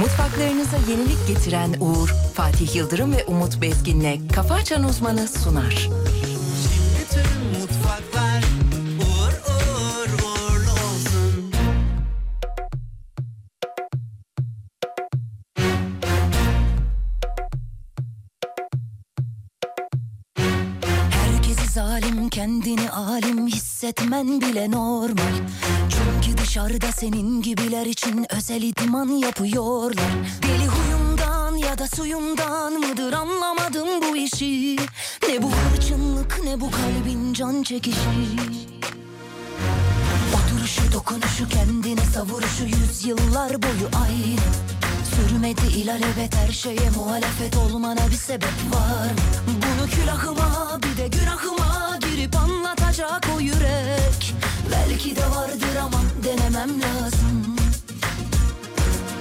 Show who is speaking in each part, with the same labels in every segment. Speaker 1: Mutfaklarınıza yenilik getiren Uğur, Fatih Yıldırım ve Umut Bezgin'le Kafa Açan Uzmanı sunar.
Speaker 2: Bütün mutfaklar uğur uğur uğurlu olsun.
Speaker 3: Herkesi zalim kendini alim hissetmen bile normal Çünkü dışarıda senin gibiler için özel idman yapıyorlar Deli huyumdan ya da suyumdan mıdır anlamadım bu işi Ne bu hırçınlık ne bu kalbin can çekişi o duruşu dokunuşu kendine savuruşu yüzyıllar boyu aynı Sürmedi ilalebet her şeye muhalefet olmana bir sebep var mı? Bunu külahıma bir de günahıma girip anlatacak o yürek Belki de vardır ama denemem lazım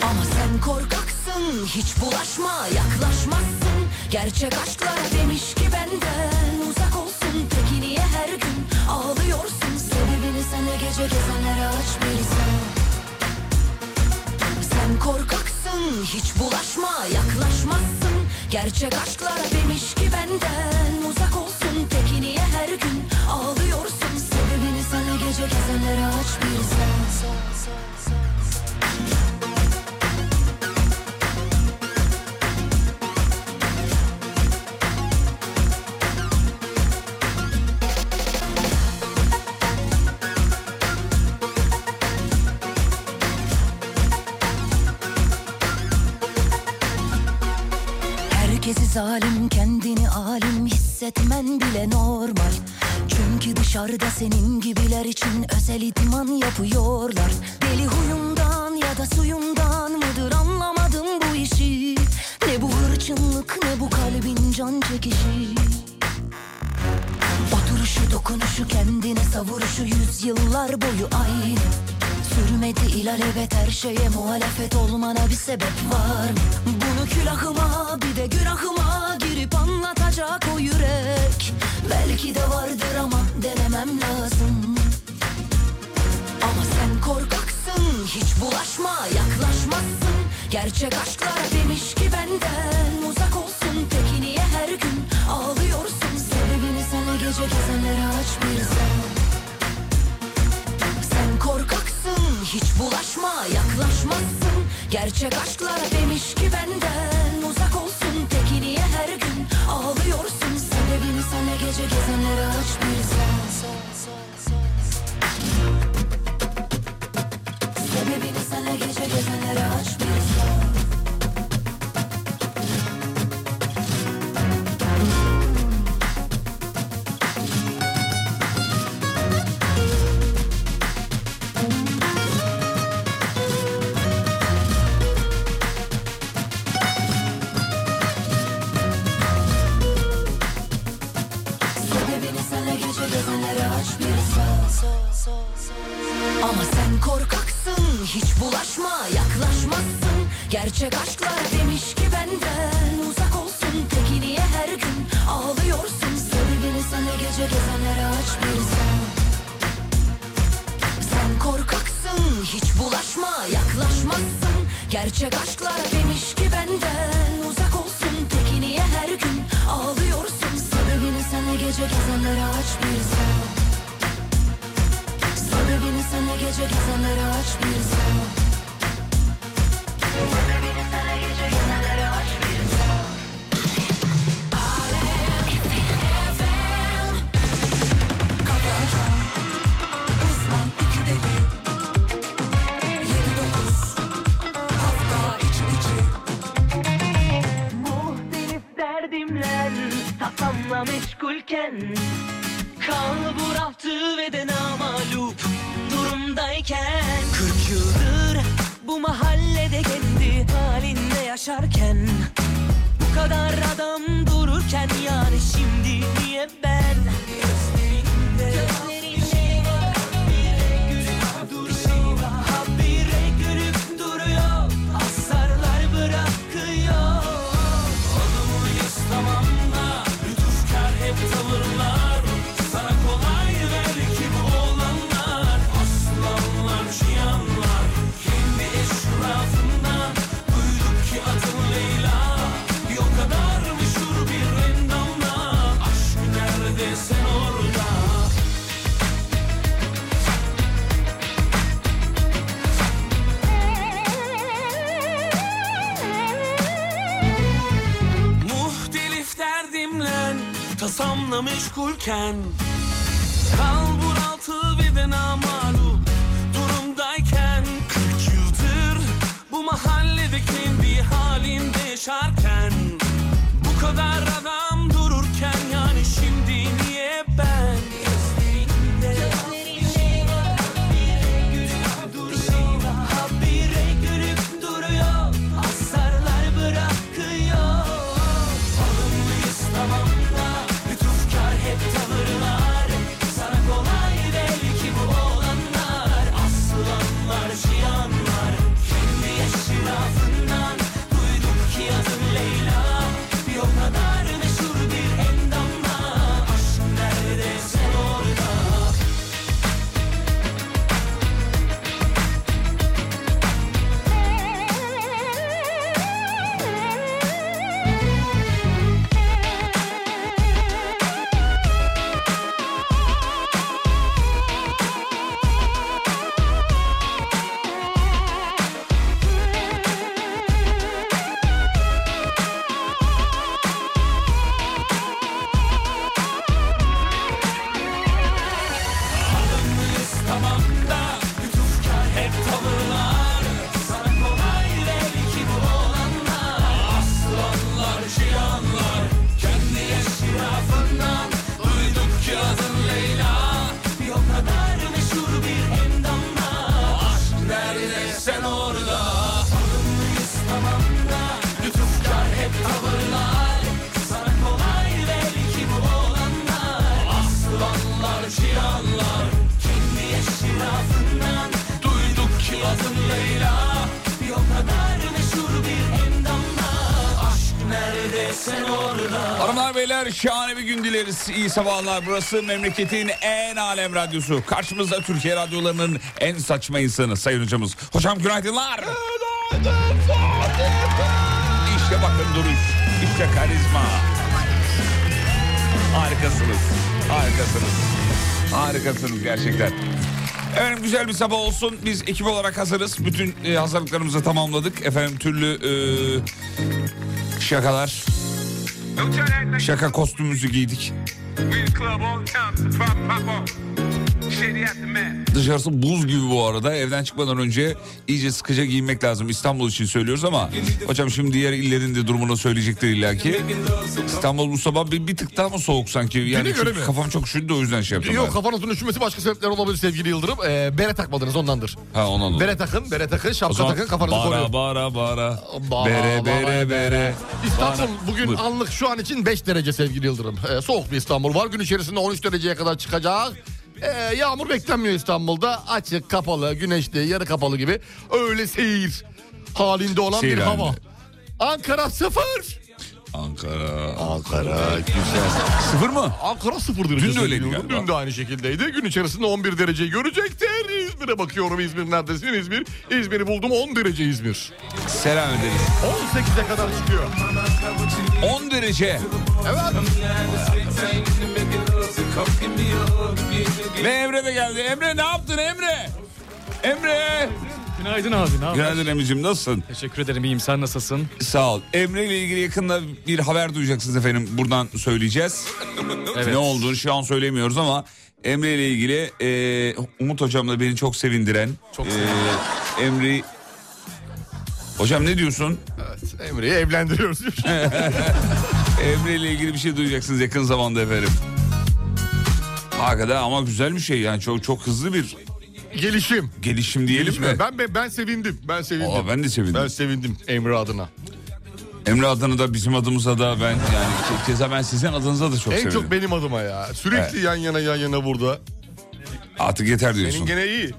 Speaker 3: ama sen korkaksın hiç bulaşma yaklaşmazsın Gerçek aşklar demiş ki benden uzak olsun Peki niye her gün ağlıyorsun Sebebini sana gece gezenlere aç bilsen Sen korkaksın hiç bulaşma yaklaşmazsın Gerçek aşklar demiş ki benden uzak olsun Peki niye her gün ağlıyorsun Sebebini sana gece gezenlere aç bilsen Herkesi zalim kendini alim hissetmen bile normal Çünkü dışarıda senin gibiler için özel idman yapıyorlar Deli huyumdan ya da suyumdan mıdır anlamadım bu işi Ne bu hırçınlık ne bu kalbin can çekişi o duruşu dokunuşu kendine savuruşu yüzyıllar boyu aynı Sürmedi ilalebet her şeye muhalefet olmana bir sebep var mı? Bunu külahıma bir de günahıma girip anlatacak o yürek Belki de vardır ama denemem lazım ama sen korkaksın hiç bulaşma yaklaşmazsın Gerçek aşklar demiş ki benden uzak olsun Peki niye her gün ağlıyorsun Sebebini sana gece gezenlere aç bir sen Sen korkaksın hiç bulaşma yaklaşmazsın Gerçek aşklar demiş ki benden uzak olsun Peki niye her gün ağlıyorsun Sebebini sana gece gezenlere aç bir sen Sebebini sana gece gezenlere aç bir sor. Sebebini sana gece gezenlere aç bir sor. Ama sen korkaksın hiç bulaşma yaklaşmazsın Gerçek aşklar demiş ki benden uzak olsun Peki niye her gün ağlıyorsun Sebebini sana gece gezenlere aç bir sen Sen korkaksın hiç bulaşma yaklaşmazsın Gerçek aşklar demiş ki benden uzak olsun Peki niye her gün ağlıyorsun Sebebini sana gece gezenlere aç bir sen Sebebini sana gece gezenlere aç bir sen
Speaker 4: Muhtelif derdimler Tatamla meşgulken Kan burahtı ve de namalup durumdayken 40 yıldır bu mahallede kendi halinde yaşarken Bu kadar adam dururken yani şimdi niye ben Gözlerinde, gözlerinde habire gülüp duruyor Habire gülüp duruyor Hasarlar bırakıyor
Speaker 5: kasamla meşgulken Kalbur altı ve de namalup durumdayken 40 yıldır bu mahallede kendi halinde yaşarken Bu kadar adam dururken yani şimdi niye ben Gözlerinde bir şey var, habire gülüp duruyor. Habire gülüp duruyor, hasarlar bırakıyor Alımlıyız tamam da lütufkar hep tavırlar Sana kolay belki bu olanlar Aslanlar, cihanlar Kendi eşrafından Duyduk ki adın Leyla Bir o kadar meşhur bir endamla Aşk nerede sen orada Tamam da lütufkar hep tavırlar Sana kolay belki bu olanlar Aslanlar, cihanlar Kendi eşrafından Duyduk ki adın Leyla Bir o kadar meşhur bir endamla Aşk nerede sen orada Alımlıyız tamam da Lütufkar hep tavırlar Sana kolay belki bu olanlar Aslanlar, cihanlar Kendi eşrafından Duyduk ki adın Leyla Bir o kadar meşhur bir endamla Aşk nerede sen orada
Speaker 6: Hanımlar beyler şahane bir gün dileriz. İyi sabahlar. Burası memleketin en alem radyosu. Karşımızda Türkiye radyolarının en saçma insanı sayın hocamız. Hocam günaydınlar. İşte bakın duruş. İşte karizma. Harikasınız. Harikasınız. Harikasınız gerçekten. Efendim güzel bir sabah olsun. Biz ekip olarak hazırız. Bütün e, hazırlıklarımızı tamamladık. Efendim türlü e, şakalar, Şaka kostümümüzü giydik. Dışarısı buz gibi bu arada. Evden çıkmadan önce iyice sıkıca giyinmek lazım. İstanbul için söylüyoruz ama hocam şimdi diğer illerin de durumunu söyleyecektir illaki. İstanbul bu sabah bir, bir tık daha mı soğuk sanki? Yani
Speaker 7: Dediğine göre
Speaker 6: çünkü
Speaker 7: mi?
Speaker 6: kafam çok üşüdü de o yüzden şey yaptım.
Speaker 7: Yok
Speaker 6: ben.
Speaker 7: kafanızın üşümesi başka sebepler olabilir sevgili Yıldırım. Ee, bere takmadınız ondandır.
Speaker 6: Ha ondan dolayı.
Speaker 7: Bere takın, bere takın,
Speaker 6: O
Speaker 7: şapka
Speaker 6: zaman
Speaker 7: takın, kafanızı koruyun.
Speaker 6: bara, bara bara
Speaker 7: Ba-
Speaker 6: Bere
Speaker 7: ba-
Speaker 6: bere
Speaker 7: ba-
Speaker 6: bere.
Speaker 7: İstanbul
Speaker 6: Bara.
Speaker 7: bugün
Speaker 6: Buyur.
Speaker 7: anlık şu an için 5 derece sevgili Yıldırım. Ee, soğuk bir İstanbul var. Gün içerisinde 13 dereceye kadar çıkacak. Ee, yağmur beklenmiyor İstanbul'da. Açık, kapalı, güneşli, yarı kapalı gibi. Öyle seyir halinde olan
Speaker 6: Seyir
Speaker 7: bir
Speaker 6: halinde.
Speaker 7: hava. Ankara sıfır.
Speaker 6: Ankara.
Speaker 7: Ankara güzel.
Speaker 6: Sıfır mı?
Speaker 7: Ankara sıfır derece.
Speaker 6: Dün de öyleydi
Speaker 7: seviyorum.
Speaker 6: galiba.
Speaker 7: Dün de aynı şekildeydi. Gün içerisinde 11 dereceyi görecektir. İzmir'e bakıyorum. İzmir neredesin İzmir? İzmir'i buldum 10 derece İzmir.
Speaker 6: Selam ederiz.
Speaker 7: 18'e kadar çıkıyor.
Speaker 6: 10 derece.
Speaker 7: Evet.
Speaker 6: Ve Emre de geldi. Emre ne yaptın Emre? Emre.
Speaker 8: Günaydın abi ne haber?
Speaker 6: Günaydın Emre'cim nasılsın?
Speaker 8: Teşekkür ederim iyiyim sen nasılsın?
Speaker 6: Sağ ol. Emre ile ilgili yakında bir haber duyacaksınız efendim. Buradan söyleyeceğiz. Ne olduğunu şu an söylemiyoruz ama Emre ile ilgili e, Umut hocamla beni çok sevindiren
Speaker 8: Çok
Speaker 6: e,
Speaker 8: sevindim.
Speaker 6: Emre Hocam ne diyorsun?
Speaker 7: evet. Emre'yi evlendiriyoruz.
Speaker 6: Emre ile ilgili bir şey duyacaksınız yakın zamanda efendim. Hakikaten ama güzel bir şey yani çok çok hızlı bir
Speaker 7: Gelişim.
Speaker 6: gelişim diyelim mi?
Speaker 7: Gelişme. Ben, ben ben sevindim. Ben sevindim.
Speaker 6: Aa, ben de sevindim.
Speaker 7: Ben sevindim Emre adına.
Speaker 6: Emre adını da bizim adımıza da ben yani ke- keza ben sizin adınıza da çok
Speaker 7: en
Speaker 6: sevindim.
Speaker 7: çok benim adıma ya. Sürekli yan yana yan yana burada.
Speaker 6: Artık yeter
Speaker 7: Senin
Speaker 6: diyorsun.
Speaker 7: gene iyi.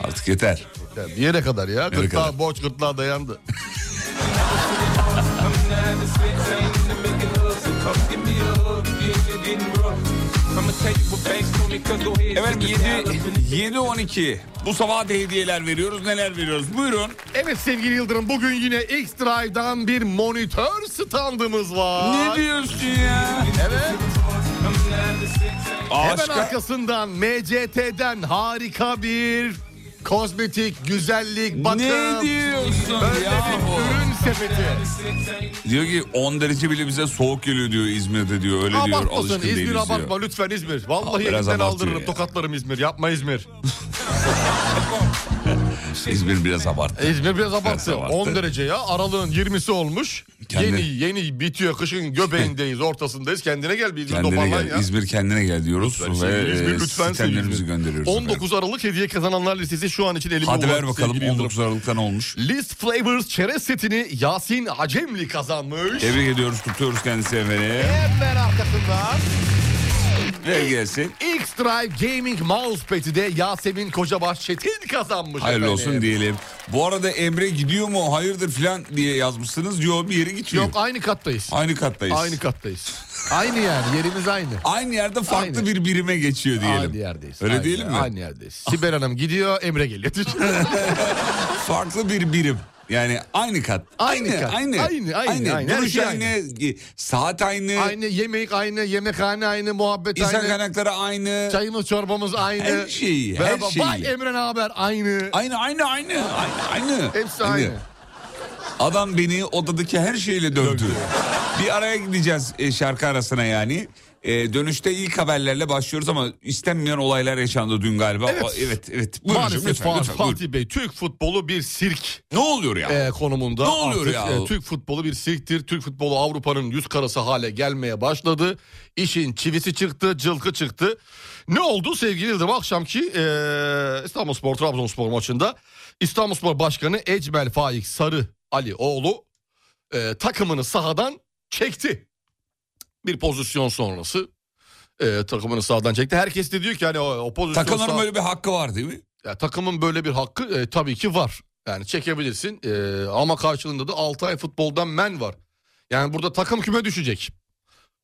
Speaker 6: Artık yeter.
Speaker 7: Yani bir yere kadar ya.
Speaker 6: Yere
Speaker 7: Gırtlağa,
Speaker 6: kadar.
Speaker 7: borç gırtlağa dayandı.
Speaker 6: Evet 7 7 12. Bu sabah da hediyeler veriyoruz. Neler veriyoruz? Buyurun.
Speaker 7: Evet sevgili Yıldırım bugün yine X-Drive'dan bir monitör standımız var.
Speaker 6: Ne diyorsun ya?
Speaker 7: Evet.
Speaker 6: Aa,
Speaker 7: Hemen
Speaker 6: Başka
Speaker 7: arkasından MCT'den harika bir Kozmetik, güzellik, bakım.
Speaker 6: Ne diyorsun
Speaker 7: Böyle
Speaker 6: yahu?
Speaker 7: bir ürün sepeti.
Speaker 6: Diyor ki 10 derece bile bize soğuk geliyor diyor İzmir'de diyor. Öyle diyor
Speaker 7: Abartmasın
Speaker 6: alışkın
Speaker 7: İzmir
Speaker 6: değiliz
Speaker 7: abartma
Speaker 6: diyor.
Speaker 7: lütfen İzmir. Vallahi
Speaker 6: Biraz
Speaker 7: elimden
Speaker 6: abartıyor
Speaker 7: aldırırım
Speaker 6: ya.
Speaker 7: tokatlarım İzmir. Yapma İzmir.
Speaker 6: İzmir biraz abarttı.
Speaker 7: İzmir biraz abarttı.
Speaker 6: abarttı.
Speaker 7: 10 derece ya. Aralığın 20'si olmuş.
Speaker 6: Kendine-
Speaker 7: Yeni yeni bitiyor. Kışın göbeğindeyiz, ortasındayız. Kendine gel bir İzmir
Speaker 6: Kendine
Speaker 7: toparlan
Speaker 6: gel.
Speaker 7: ya.
Speaker 6: İzmir kendine gel diyoruz.
Speaker 7: Sevgili
Speaker 6: ve
Speaker 7: İzmir,
Speaker 6: e,
Speaker 7: lütfen sevgili
Speaker 6: sistemlerimizi
Speaker 7: İzmir.
Speaker 6: gönderiyoruz. efendim.
Speaker 7: 19 Aralık hediye kazananlar listesi şu an için elimde
Speaker 6: Hadi
Speaker 7: olan
Speaker 6: ver bakalım
Speaker 7: sevgili Yıldırım.
Speaker 6: 19 Aralık'ta ne olmuş?
Speaker 7: List Flavors çerez setini Yasin Acemli kazanmış.
Speaker 6: Tebrik ediyoruz, kutluyoruz kendisi efendim.
Speaker 7: Hemen arkasından
Speaker 6: Ver gelsin.
Speaker 7: X-Drive Gaming Mousepad'i de Yasemin Kocabaş Çetin kazanmış.
Speaker 6: Hayırlı
Speaker 7: efendim.
Speaker 6: olsun diyelim. Bu arada Emre gidiyor mu hayırdır filan diye yazmışsınız. Yok bir yere gitmiyor.
Speaker 7: Yok aynı kattayız.
Speaker 6: Aynı kattayız.
Speaker 7: Aynı kattayız. aynı yani yerimiz aynı.
Speaker 6: Aynı yerde farklı
Speaker 7: Aynı.
Speaker 6: bir birime geçiyor diyelim.
Speaker 7: Aynı yerdeyiz.
Speaker 6: Öyle
Speaker 7: Aynı-
Speaker 6: diyelim mi?
Speaker 7: Aynı yerdeyiz. Sibel Hanım gidiyor Emre geliyor.
Speaker 6: Farklı bir birim. Yani aynı kat.
Speaker 7: Aynı kat.
Speaker 6: Aynı.
Speaker 7: Aynı, aynı, aynı. Her
Speaker 6: Duruş
Speaker 7: şey
Speaker 6: aynı. Saat aynı.
Speaker 7: aynı yemek aynı, yemekhane aynı, muhabbet
Speaker 6: İnsan
Speaker 7: aynı.
Speaker 6: kaynakları aynı.
Speaker 7: Çayımız çorbamız aynı.
Speaker 6: Her şeyi, her
Speaker 7: Merhaba,
Speaker 6: şeyi.
Speaker 7: Vay Emre ne haber aynı.
Speaker 6: Aynı aynı aynı. Aynı aynı.
Speaker 7: Hepsi aynı.
Speaker 6: Adam beni odadaki her şeyle dövdü. bir araya gideceğiz e, şarkı arasına yani. E, dönüşte ilk haberlerle başlıyoruz ama istenmeyen olaylar yaşandı dün galiba.
Speaker 7: Evet.
Speaker 6: O- evet, evet. Buyurun
Speaker 7: Maalesef
Speaker 6: hocam, lütfen,
Speaker 7: Fa-
Speaker 6: lütfen, buyurun.
Speaker 7: Fatih Bey Türk futbolu bir sirk
Speaker 6: Ne oluyor ya?
Speaker 7: e, konumunda.
Speaker 6: Ne oluyor
Speaker 7: Artık, e,
Speaker 6: ya?
Speaker 7: Türk futbolu bir sirktir. Türk futbolu Avrupa'nın yüz karası hale gelmeye başladı. İşin çivisi çıktı, cılkı çıktı. Ne oldu sevgili Yıldırım? Akşamki e, İstanbulspor Trabzonspor maçında İstanbulspor Başkanı Ecmel Faik Sarı Ali oğlu e, takımını sahadan çekti. Bir pozisyon sonrası e, takımını sahadan çekti. Herkes de diyor ki hani o, o pozisyon
Speaker 6: Takımların
Speaker 7: sağ-
Speaker 6: böyle bir hakkı var değil mi?
Speaker 7: ya takımın böyle bir hakkı e, tabii ki var. Yani çekebilirsin e, ama karşılığında da 6 ay futboldan men var. Yani burada takım küme düşecek.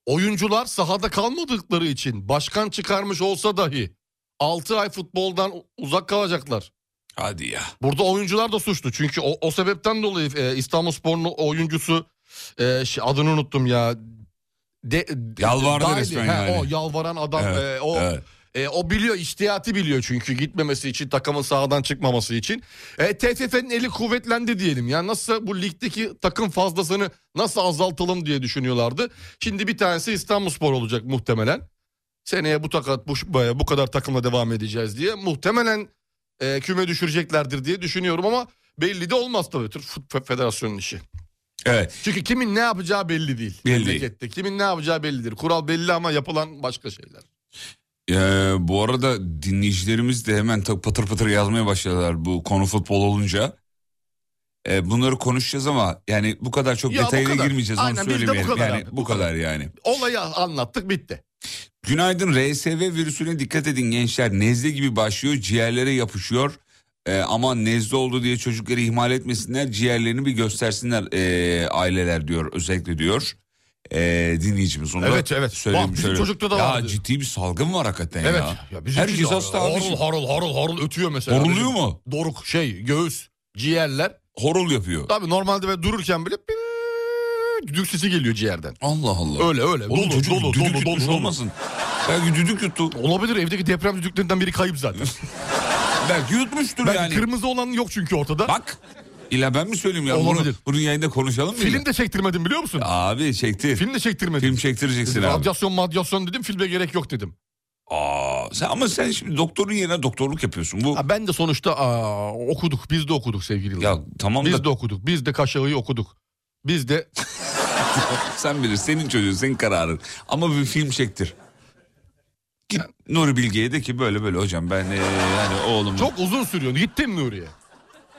Speaker 7: Oyuncular sahada kalmadıkları için başkan çıkarmış olsa dahi 6 ay futboldan uzak kalacaklar.
Speaker 6: Hadi ya.
Speaker 7: Burada oyuncular da suçlu. Çünkü o, o sebepten dolayı e, İstanbul oyuncusu e, şey, adını unuttum ya. De,
Speaker 6: Yalvardı
Speaker 7: Daily,
Speaker 6: resmen
Speaker 7: he,
Speaker 6: yani.
Speaker 7: O yalvaran adam
Speaker 6: Evet,
Speaker 7: e, o
Speaker 6: evet.
Speaker 7: e, o biliyor iştiyatı biliyor çünkü gitmemesi için takımın sahadan çıkmaması için. E, TFF'nin eli kuvvetlendi diyelim. Yani nasıl bu ligdeki takım fazlasını nasıl azaltalım diye düşünüyorlardı. Şimdi bir tanesi İstanbulspor olacak muhtemelen. Seneye bu takat bu, e, bu kadar takımla devam edeceğiz diye muhtemelen e, küme düşüreceklerdir diye düşünüyorum ama belli de olmaz tabii Türk Futbol Federasyonu'nun işi.
Speaker 6: Evet.
Speaker 7: Çünkü kimin ne yapacağı belli değil.
Speaker 6: Belli.
Speaker 7: Memlekette. Kimin ne yapacağı bellidir. Kural belli ama yapılan başka şeyler.
Speaker 6: Ee, bu arada dinleyicilerimiz de hemen tak- patır patır yazmaya başladılar bu konu futbol olunca. Ee, bunları konuşacağız ama yani bu kadar çok
Speaker 7: Ya bu
Speaker 6: detayına
Speaker 7: kadar.
Speaker 6: girmeyeceğiz
Speaker 7: Aynen,
Speaker 6: onu
Speaker 7: biz de bu
Speaker 6: söylemeyelim.
Speaker 7: kadar
Speaker 6: yani,
Speaker 7: abi,
Speaker 6: bu,
Speaker 7: bu
Speaker 6: kadar,
Speaker 7: kadar.
Speaker 6: yani.
Speaker 7: Olayı anlattık bitti.
Speaker 6: Günaydın RSV virüsüne dikkat edin gençler. Nezle gibi başlıyor ciğerlere yapışıyor. Ee, ama nezle oldu diye çocukları ihmal etmesinler ciğerlerini bir göstersinler ee, aileler diyor özellikle diyor. Ee, dinleyicimiz onu da
Speaker 7: Evet, evet.
Speaker 6: söylemiş.
Speaker 7: Bak, bizim
Speaker 6: öyle.
Speaker 7: çocukta da
Speaker 6: ya
Speaker 7: vardı.
Speaker 6: ciddi bir salgın var hakikaten
Speaker 7: Evet.
Speaker 6: ya.
Speaker 7: Ya bizimki
Speaker 6: Herkes
Speaker 7: de
Speaker 6: hasta
Speaker 7: Harıl
Speaker 6: abiciğim.
Speaker 7: harıl harıl harıl ötüyor mesela.
Speaker 6: şey Horuluyor
Speaker 7: Bizim
Speaker 6: mu?
Speaker 7: Doruk şey göğüs ciğerler.
Speaker 6: Horul yapıyor.
Speaker 7: Tabii normalde böyle dururken bile düdük sesi geliyor ciğerden.
Speaker 6: Allah Allah.
Speaker 7: Öyle öyle.
Speaker 6: Oğlum
Speaker 7: dolu,
Speaker 6: çocuk
Speaker 7: dolu,
Speaker 6: düdük
Speaker 7: dolu,
Speaker 6: yutmuş
Speaker 7: dolu, dolu.
Speaker 6: olmasın. Belki düdük yuttu.
Speaker 7: Olabilir evdeki deprem düdüklerinden biri kayıp zaten.
Speaker 6: Belki yutmuştur
Speaker 7: Belki
Speaker 6: yani.
Speaker 7: kırmızı olan yok çünkü ortada.
Speaker 6: Bak. İlla ben mi söyleyeyim ya? Bunu,
Speaker 7: Olabilir.
Speaker 6: bunun yayında konuşalım mı?
Speaker 7: Film de çektirmedim biliyor musun?
Speaker 6: Abi çekti. Film,
Speaker 7: Film de çektirmedim.
Speaker 6: çektireceksin
Speaker 7: Dedim,
Speaker 6: abi.
Speaker 7: Radyasyon madyasyon dedim filme gerek yok dedim.
Speaker 6: Aa, sen, ama sen şimdi doktorun yerine doktorluk yapıyorsun. Bu
Speaker 7: Ha, ben de sonuçta aa, okuduk biz de okuduk sevgili
Speaker 6: ya
Speaker 7: Yıldırım.
Speaker 6: tamam
Speaker 7: Biz
Speaker 6: da
Speaker 7: de okuduk biz de Kaşağı'yı okuduk. Biz de
Speaker 6: sen bilirsin senin çocuğun senin kararın. Ama bir film çektir. Git Nuri Bilge'ye de ki böyle böyle hocam ben ee, yani oğlum.
Speaker 7: çok uzun sürüyor. Gittim Nuri'ye.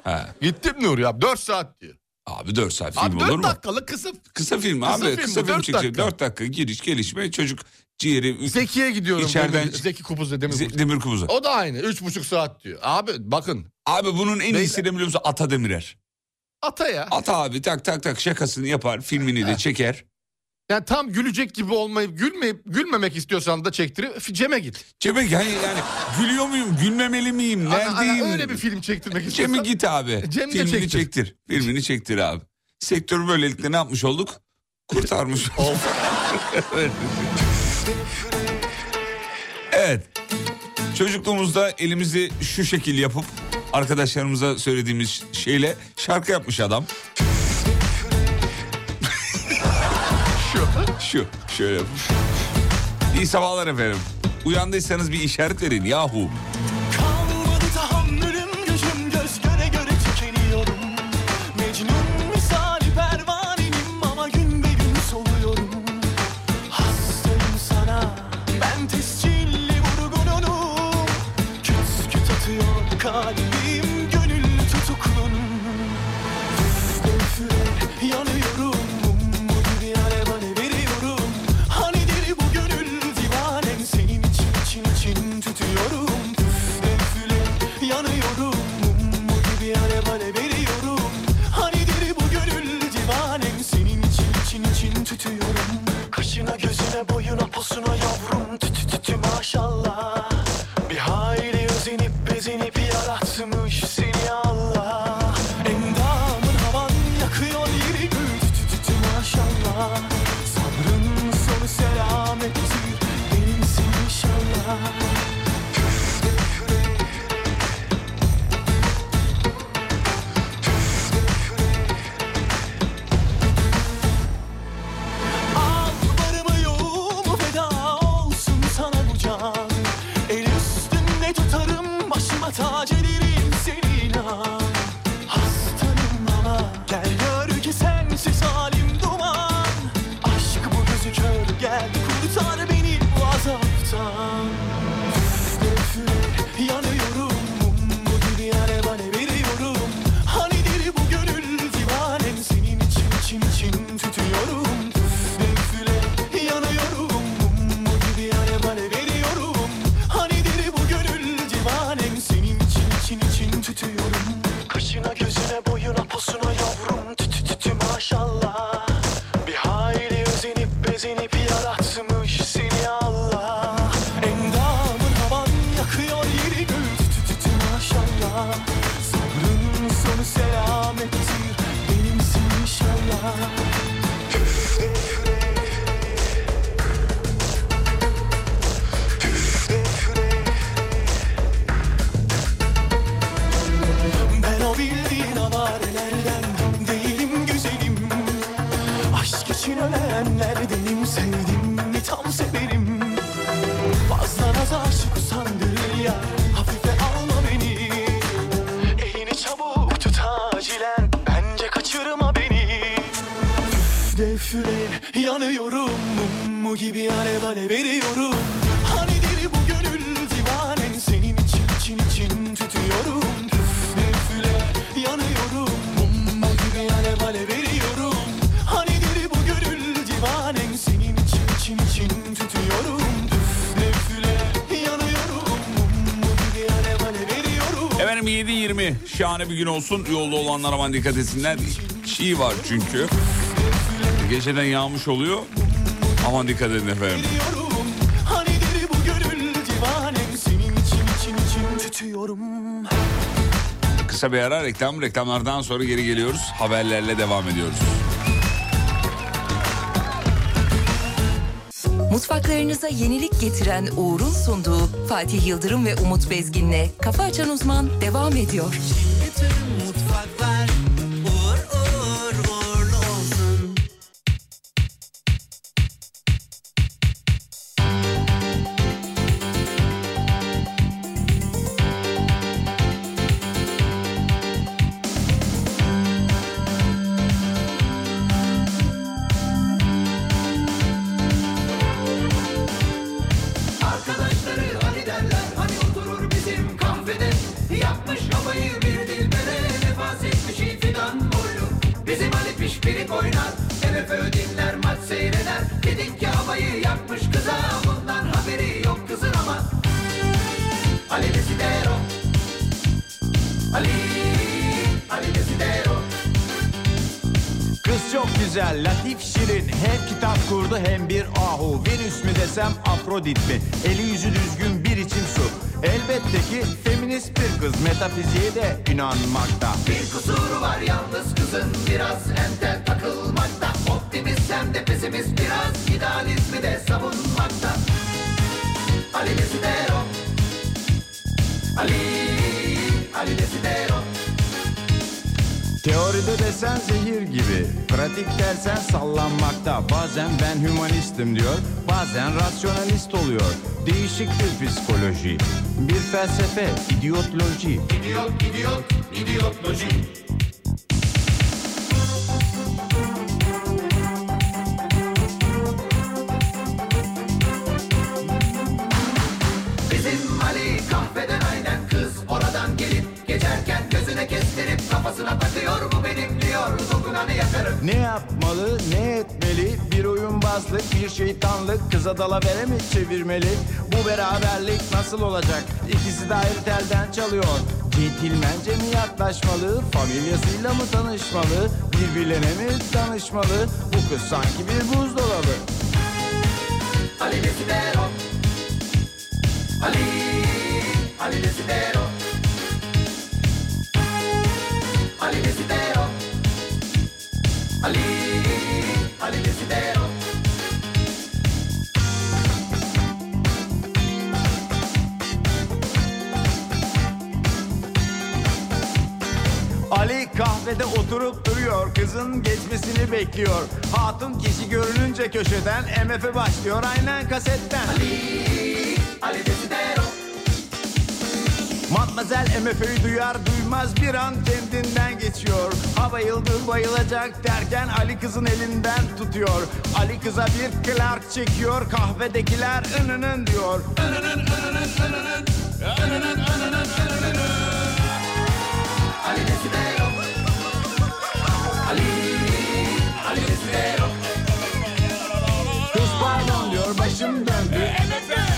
Speaker 6: He.
Speaker 7: Gittim Nuri abi 4 saat diyor.
Speaker 6: Abi 4 saat film
Speaker 7: Abi
Speaker 6: olur
Speaker 7: 4
Speaker 6: mu?
Speaker 7: dakikalık kısa.
Speaker 6: Kısa film
Speaker 7: Kısa
Speaker 6: abi.
Speaker 7: film
Speaker 6: kısa
Speaker 7: bu,
Speaker 6: film
Speaker 7: dört
Speaker 6: çekecek.
Speaker 7: dakika.
Speaker 6: 4 dakika giriş gelişme çocuk ciğeri üç-
Speaker 7: Zeki'ye gidiyorum.
Speaker 6: İçeriden-
Speaker 7: Demir- Zeki Kupuz Demir
Speaker 6: Ze-
Speaker 7: Kupuz.
Speaker 6: Demir Kubuz'a.
Speaker 7: O da aynı. Üç buçuk saat diyor. Abi bakın.
Speaker 6: Abi bunun en iyisi de biliyor musun? Ata Demirer.
Speaker 7: Ata ya.
Speaker 6: Ata abi tak tak tak şakasını yapar, filmini de çeker.
Speaker 7: Yani tam gülecek gibi olmayıp gülmeyip gülmemek istiyorsan da çektirip Cem'e git.
Speaker 6: Cem'e yani, yani gülüyor muyum, gülmemeli miyim,
Speaker 7: Ana- ana
Speaker 6: neredeyim?
Speaker 7: öyle bir film çektirmek istiyorsan.
Speaker 6: Cem'e git abi.
Speaker 7: Cem de
Speaker 6: filmini çektir.
Speaker 7: çektir.
Speaker 6: Filmini çektir abi. Sektörü böylelikle ne yapmış olduk? Kurtarmış olduk. Evet. evet. Çocukluğumuzda elimizi şu şekil yapıp arkadaşlarımıza söylediğimiz şeyle şarkı yapmış adam. şu, şu, şöyle. yapmış. İyi sabahlar efendim. Uyandıysanız bir işaret verin yahu.
Speaker 2: Kalmadı tahammülüm gücüm göz göre göre tükeniyorum Mecnun misali pervaneyim ama gün be gün soluyorum Hastayım sana ben tescilli vurgununum Küt küt atıyor kalbim gönül tutuklunum Üfle üfle yanıyorum Bu dünya ne bana veriyorum Hanidir bu gönül divanem Senin için için için tutuyorum Üfle üfle yanıyorum Bu dünya ne bana veriyorum Hanidir bu gönül divanem Senin için için için tutuyorum Kaşına gözüne boyuna posuna yavrum Tü tü tü tü maşallah Bir hayli özenip bezenip yaratmış seni Allah Endamın havan yakıyor yeri gül Tü tü tü tü maşallah Sabrın sonu selamettir Benimsin inşallah Al varımı yoğumu feda olsun sana bu can El üstünde tutarım başıma tac ederim seni inan Hastanım ama gel gör ki sensiz halim duman Aşk bu gözü kör gel kurtar beni bu azaptan Üfle üfle yanıyorum bu dünya ne bana veriyorum Hanidir bu gönül divanem senin için için için tutuyorum Üfle üfle yanıyorum bu dünya ne bana veriyorum Hanidir bu gönül divanem senin için için için tutuyorum Kaşına gözüne boyuna posuna yavrum tü tü tü tü maşallah Bir hayli özenip bezenip yaratmış seni Allah Endamın havan yakıyor yeri gül tü tü tü tü maşallah Sabrın sonu selamettir benimsin inşallah Ben o bildiğin avarelerden değilim güzelim Aşk için ölenlerdenim sevdim mi tam severim Fazla naz aşık usandırır ya hafife alma beni Elini çabuk tut acilen bence kaçırma beni Üfle üfle yanıyorum Mummu gibi alev alev veriyorum Hanidir bu gönül divanen Senin için için için tutuyorum Üfle üfle yanıyorum Mummu gibi alev alev veriyorum Hanidir bu gönül divanen Senin için için için tutuyorum Üfle üfle yanıyorum Mummu gibi alev alev veriyorum
Speaker 6: Efendim 7.20 şahane bir gün olsun. Yolda olanlar aman dikkat etsinler. Çiğ var çünkü. Geceden yağmış oluyor. Aman dikkat edin efendim.
Speaker 2: Biliyorum, Hanidir bu gönül divanem Senin için için için tutuyorum
Speaker 6: Kısa bir ara reklam. Reklamlardan sonra geri geliyoruz. Haberlerle devam ediyoruz.
Speaker 1: Mutfaklarınıza yenilik getiren Uğur'un sunduğu Fatih Yıldırım ve Umut Bezgin'le Kafa Açan Uzman devam ediyor.
Speaker 9: mutfaklar uğur uğur uğurlu olsun.
Speaker 2: Arkadaşları hani derler hani oturur bizim kahvede Yapmış havayı bir dilbere nefas etmiş fidan boylu Bizim Ali pişpirik oynar MFÖ dinler maç seyreder Dedik ki havayı yakmış kıza bundan haberi yok kızın ama Ali Desidero Ali Ali Desidero
Speaker 10: Kız çok güzel, latif, şirin Hem kitap kurdu hem bir ahu Venüs mü desem Afrodit mi? Eli yüzü düzgün bir içim su Elbette ki feminist bir kız Metafiziğe de inanmakta
Speaker 2: Bir kusuru var yalnız kızın biraz entel takılmakta Optimist hem de pesimist biraz idealizmi de savunmakta Ali Desidero Ali
Speaker 10: Ali Desidero Teoride desen zehir gibi, pratik dersen sallanmakta. Bazen ben hümanistim diyor, bazen rasyonalist oluyor. Değişik bir psikoloji, bir felsefe, idiotloji. İdiot, idiot, idiotloji.
Speaker 9: Bizim Ali kahveden aynen kız oradan gelip geçerken gözüne kestirip kafasına takıyor bu benim diyor dokunanı yakarım.
Speaker 10: Ne yapmalı, ne etmeli? Bir oyunbazlık, bir şeytanlık, kıza dalavere mi çevirmeli? Bu beraberlik nasıl olacak? İkisi de ayrı telden çalıyor. Centilmence mi yaklaşmalı, familyasıyla mı tanışmalı? Birbirlerine mi danışmalı? Bu kız sanki bir buzdolabı.
Speaker 9: Ali Desidero Ali Ali Desidero Ali Desidero Ali Ali Desidero
Speaker 10: Ali kahvede oturup duruyor Kızın geçmesini bekliyor Hatun kişi görününce köşeden MF'e başlıyor aynen kasetten Ali, Ali Desidero Matmazel MF'yi duyar duymaz bir an kendinden geçiyor Ha bayıldı bayılacak derken Ali kızın elinden tutuyor Ali kıza bir Clark çekiyor kahvedekiler ınının diyor Inının ınının ınının ınının ınının
Speaker 9: Ali Desidero Ali Ali Desidero
Speaker 10: Kız pardon diyor başım döndü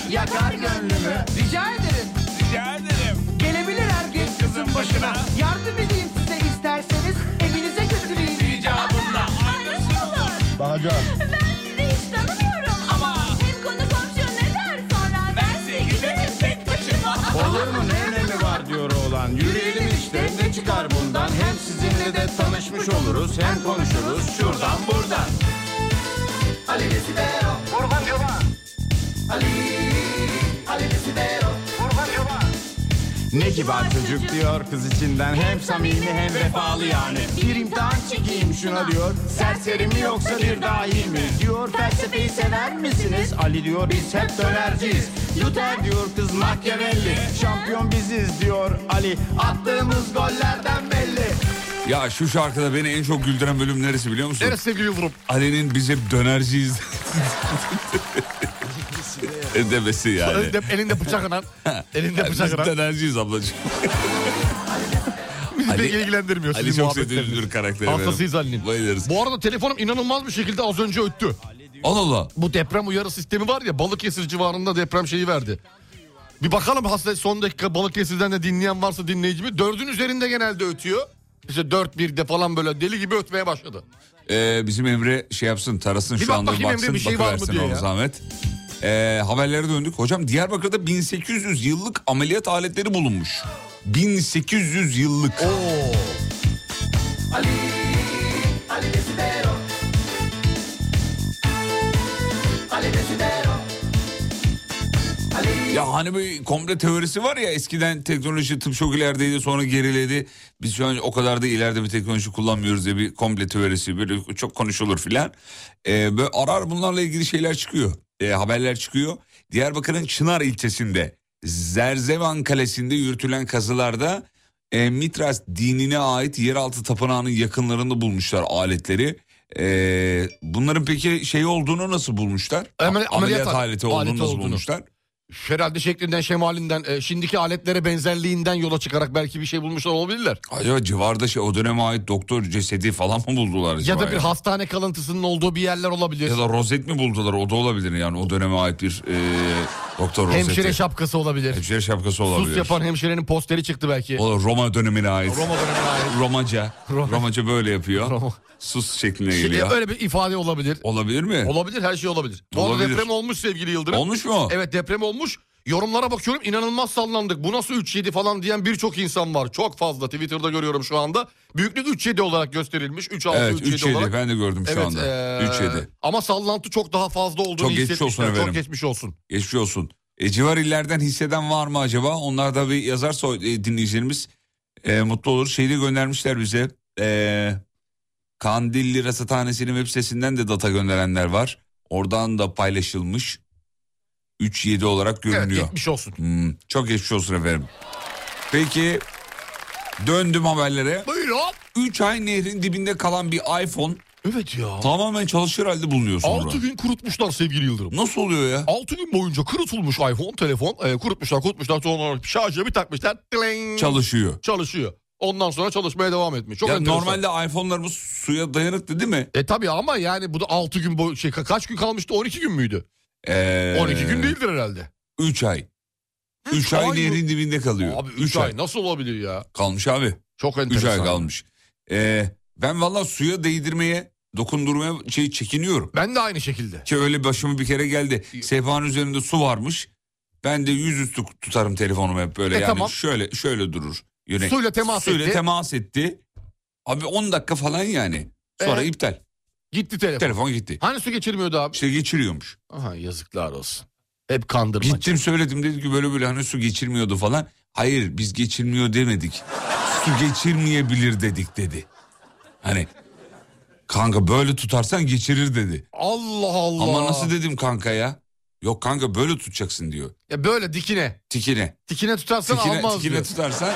Speaker 10: Yakar gönlümü
Speaker 11: Rica ederim.
Speaker 6: Rica ederim.
Speaker 11: Gelebilir erkek kızın başına. Yardım edeyim size isterseniz evinize götüreyim. İcabında. Anlaşılır.
Speaker 7: Bahacan.
Speaker 11: Ben sizi hiç tanımıyorum ama hem konu komşu ne der sonra ben size giderim tek başıma.
Speaker 10: Olur mu ne önemi var diyor oğlan Yürüyelim işte ne çıkar bundan Hem sizinle de tanışmış oluruz Hem konuşuruz şuradan buradan
Speaker 9: Ali Desidero Burhan Çoban Ali Ali Desidero Burhan Çoban
Speaker 10: Ne kibar çocuk diyor kız içinden Hem samimi hem vefalı yani Bir imtihan çekeyim şuna diyor Serseri mi yoksa bir dahi mi Diyor felsefeyi sever misiniz Ali diyor biz hep dönerciyiz Luther diyor kız Machiavelli Şampiyon biziz diyor Ali Attığımız gollerden belli
Speaker 6: Ya şu şarkıda beni en çok güldüren bölüm neresi biliyor musun?
Speaker 7: Neresi sevgili Yıldırım?
Speaker 6: Ali'nin biz hep dönerciyiz demesi yani.
Speaker 7: Elinde, elinde bıçakla. elinde
Speaker 6: Biz
Speaker 7: bıçakla.
Speaker 6: dönerciyiz ablacığım.
Speaker 7: Bizi
Speaker 6: Ali-
Speaker 7: pek ilgilendirmiyor.
Speaker 6: Ali
Speaker 7: sizin
Speaker 6: çok
Speaker 7: muhabbetleriniz.
Speaker 6: sevdiğimdir karakteri.
Speaker 7: Hastasıyız Ali'nin.
Speaker 6: Bayılırız.
Speaker 7: Bu arada telefonum inanılmaz bir şekilde az önce öttü.
Speaker 6: Allah Allah.
Speaker 7: Bu deprem uyarı sistemi var ya Balıkesir civarında deprem şeyi verdi. Bir bakalım hasta son dakika Balıkesir'den de dinleyen varsa dinleyicimi. Dördün üzerinde genelde ötüyor. İşte dört birde falan böyle deli gibi ötmeye başladı.
Speaker 6: Ee, bizim Emre şey yapsın tarasın
Speaker 7: Bir
Speaker 6: şu
Speaker 7: bak
Speaker 6: anda
Speaker 7: bakayım Emre,
Speaker 6: baksın
Speaker 7: bir şey var mı
Speaker 6: bakıversin
Speaker 7: diye
Speaker 6: ona
Speaker 7: ya.
Speaker 6: zahmet. Ee, haberlere döndük. Hocam Diyarbakır'da 1800 yıllık ameliyat aletleri bulunmuş. 1800 yıllık.
Speaker 9: Ali Ali Desidero Ali Desidero
Speaker 6: Ya hani bir komple teorisi var ya eskiden teknoloji tıp çok ilerideydi sonra geriledi. Biz şu an o kadar da ileride bir teknoloji kullanmıyoruz diye bir komple teorisi böyle çok konuşulur filan. Ee, böyle arar bunlarla ilgili şeyler çıkıyor. Ee, haberler çıkıyor. Diyarbakır'ın Çınar ilçesinde Zerzevan Kalesi'nde yürütülen kazılarda e, Mitras dinine ait yeraltı tapınağının yakınlarında bulmuşlar aletleri. Ee, bunların peki şey olduğunu nasıl bulmuşlar?
Speaker 7: Amel-
Speaker 6: ameliyat
Speaker 7: ameliyat
Speaker 6: aleti olduğunu
Speaker 7: aleti
Speaker 6: nasıl
Speaker 7: olduğunu.
Speaker 6: bulmuşlar?
Speaker 7: Herhalde şeklinden, şemalinden, e, şimdiki aletlere benzerliğinden yola çıkarak belki bir şey bulmuşlar olabilirler.
Speaker 6: Acaba civarda şey o döneme ait doktor cesedi falan mı buldular
Speaker 7: Ya
Speaker 6: acaba?
Speaker 7: da bir hastane kalıntısının olduğu bir yerler olabilir.
Speaker 6: Ya da rozet mi buldular o da olabilir yani o döneme ait bir e, doktor rozeti.
Speaker 7: Hemşire şapkası olabilir.
Speaker 6: Hemşire şapkası olabilir.
Speaker 7: Sus yapan hemşirenin posteri çıktı belki.
Speaker 6: O da Roma dönemine ait.
Speaker 7: Roma dönemine ait.
Speaker 6: Romaca.
Speaker 7: Roma. Şey,
Speaker 6: Romaca böyle yapıyor. Sus şekline
Speaker 7: Şimdi
Speaker 6: geliyor.
Speaker 7: Öyle bir ifade olabilir.
Speaker 6: Olabilir mi?
Speaker 7: Olabilir her şey olabilir. Bu arada
Speaker 6: Olabilir.
Speaker 7: deprem olmuş sevgili Yıldırım.
Speaker 6: Olmuş mu?
Speaker 7: Evet deprem olmuş. Yorumlara bakıyorum inanılmaz sallandık. Bu nasıl 3-7 falan diyen birçok insan var. Çok fazla Twitter'da görüyorum şu anda. Büyüklük 3-7 olarak gösterilmiş. 3-6,
Speaker 6: Evet,
Speaker 7: 3-7,
Speaker 6: 3-7
Speaker 7: olarak.
Speaker 6: ben de gördüm şu anda. 3-7.
Speaker 7: Ama sallantı çok daha fazla olduğunu
Speaker 6: Çok geçmiş
Speaker 7: hissetmişler.
Speaker 6: olsun efendim.
Speaker 7: Çok geçmiş olsun.
Speaker 6: Geçmiş olsun. E, civar illerden hisseden var mı acaba? Onlar da bir yazarsa e, dinleyicilerimiz Ee, mutlu olur. Şeyi de göndermişler bize. Ee, Kandilli Rasathanesi'nin web sitesinden de data gönderenler var. Oradan da paylaşılmış. 3-7 olarak görünüyor.
Speaker 7: Evet gitmiş olsun.
Speaker 6: Hmm, çok geçmiş olsun efendim. Peki döndüm haberlere.
Speaker 7: Buyurun.
Speaker 6: 3 ay nehrin dibinde kalan bir iPhone
Speaker 7: Evet ya.
Speaker 6: tamamen çalışır halde bulunuyor sonra.
Speaker 7: 6 gün kurutmuşlar sevgili Yıldırım.
Speaker 6: Nasıl oluyor ya?
Speaker 7: 6 gün boyunca kurutulmuş iPhone telefon e, kurutmuşlar kurutmuşlar sonra şarja bir takmışlar. Tling.
Speaker 6: Çalışıyor.
Speaker 7: Çalışıyor. Ondan sonra çalışmaya devam etmiş. E, Çok
Speaker 6: ya
Speaker 7: enteresan.
Speaker 6: normalde iPhone'larımız suya dayanıklı değil mi?
Speaker 7: E tabi ama yani bu da 6 gün boy şey ka- kaç gün kalmıştı 12 gün müydü?
Speaker 6: Ee,
Speaker 7: 12 gün değildir herhalde.
Speaker 6: 3 ay.
Speaker 7: Üç
Speaker 6: 3 ay,
Speaker 7: ay mı?
Speaker 6: nehrin dibinde kalıyor.
Speaker 7: Abi 3 ay. nasıl olabilir ya?
Speaker 6: Kalmış abi.
Speaker 7: Çok
Speaker 6: 3
Speaker 7: enteresan.
Speaker 6: ay kalmış. Ee, ben valla suya değdirmeye, dokundurmaya şey çekiniyorum.
Speaker 7: Ben de aynı şekilde.
Speaker 6: Ki öyle başıma bir kere geldi. Sehpanın üzerinde su varmış. Ben de yüzüstü tutarım telefonumu hep böyle.
Speaker 7: E,
Speaker 6: yani
Speaker 7: tamam.
Speaker 6: şöyle şöyle durur. Yöne-
Speaker 7: Suyla temas etti.
Speaker 6: temas etti. Abi 10 dakika falan yani. Sonra
Speaker 7: E?
Speaker 6: iptal.
Speaker 7: Gitti telefon.
Speaker 6: Telefon gitti.
Speaker 7: Hani su geçirmiyordu abi?
Speaker 6: İşte geçiriyormuş.
Speaker 7: Aha yazıklar olsun. Hep kandırmaca.
Speaker 6: Gittim söyledim dedi ki böyle böyle hani su geçirmiyordu falan. Hayır biz geçirmiyor demedik. su geçirmeyebilir dedik dedi. Hani kanka böyle tutarsan geçirir dedi.
Speaker 7: Allah Allah.
Speaker 6: Ama nasıl dedim kanka ya? Yok kanka böyle tutacaksın diyor.
Speaker 7: Ya böyle dikine.
Speaker 6: Tikine.
Speaker 7: Dikine tutarsan
Speaker 6: Tikine,
Speaker 7: almaz
Speaker 6: tikine
Speaker 7: diyor.
Speaker 6: tutarsan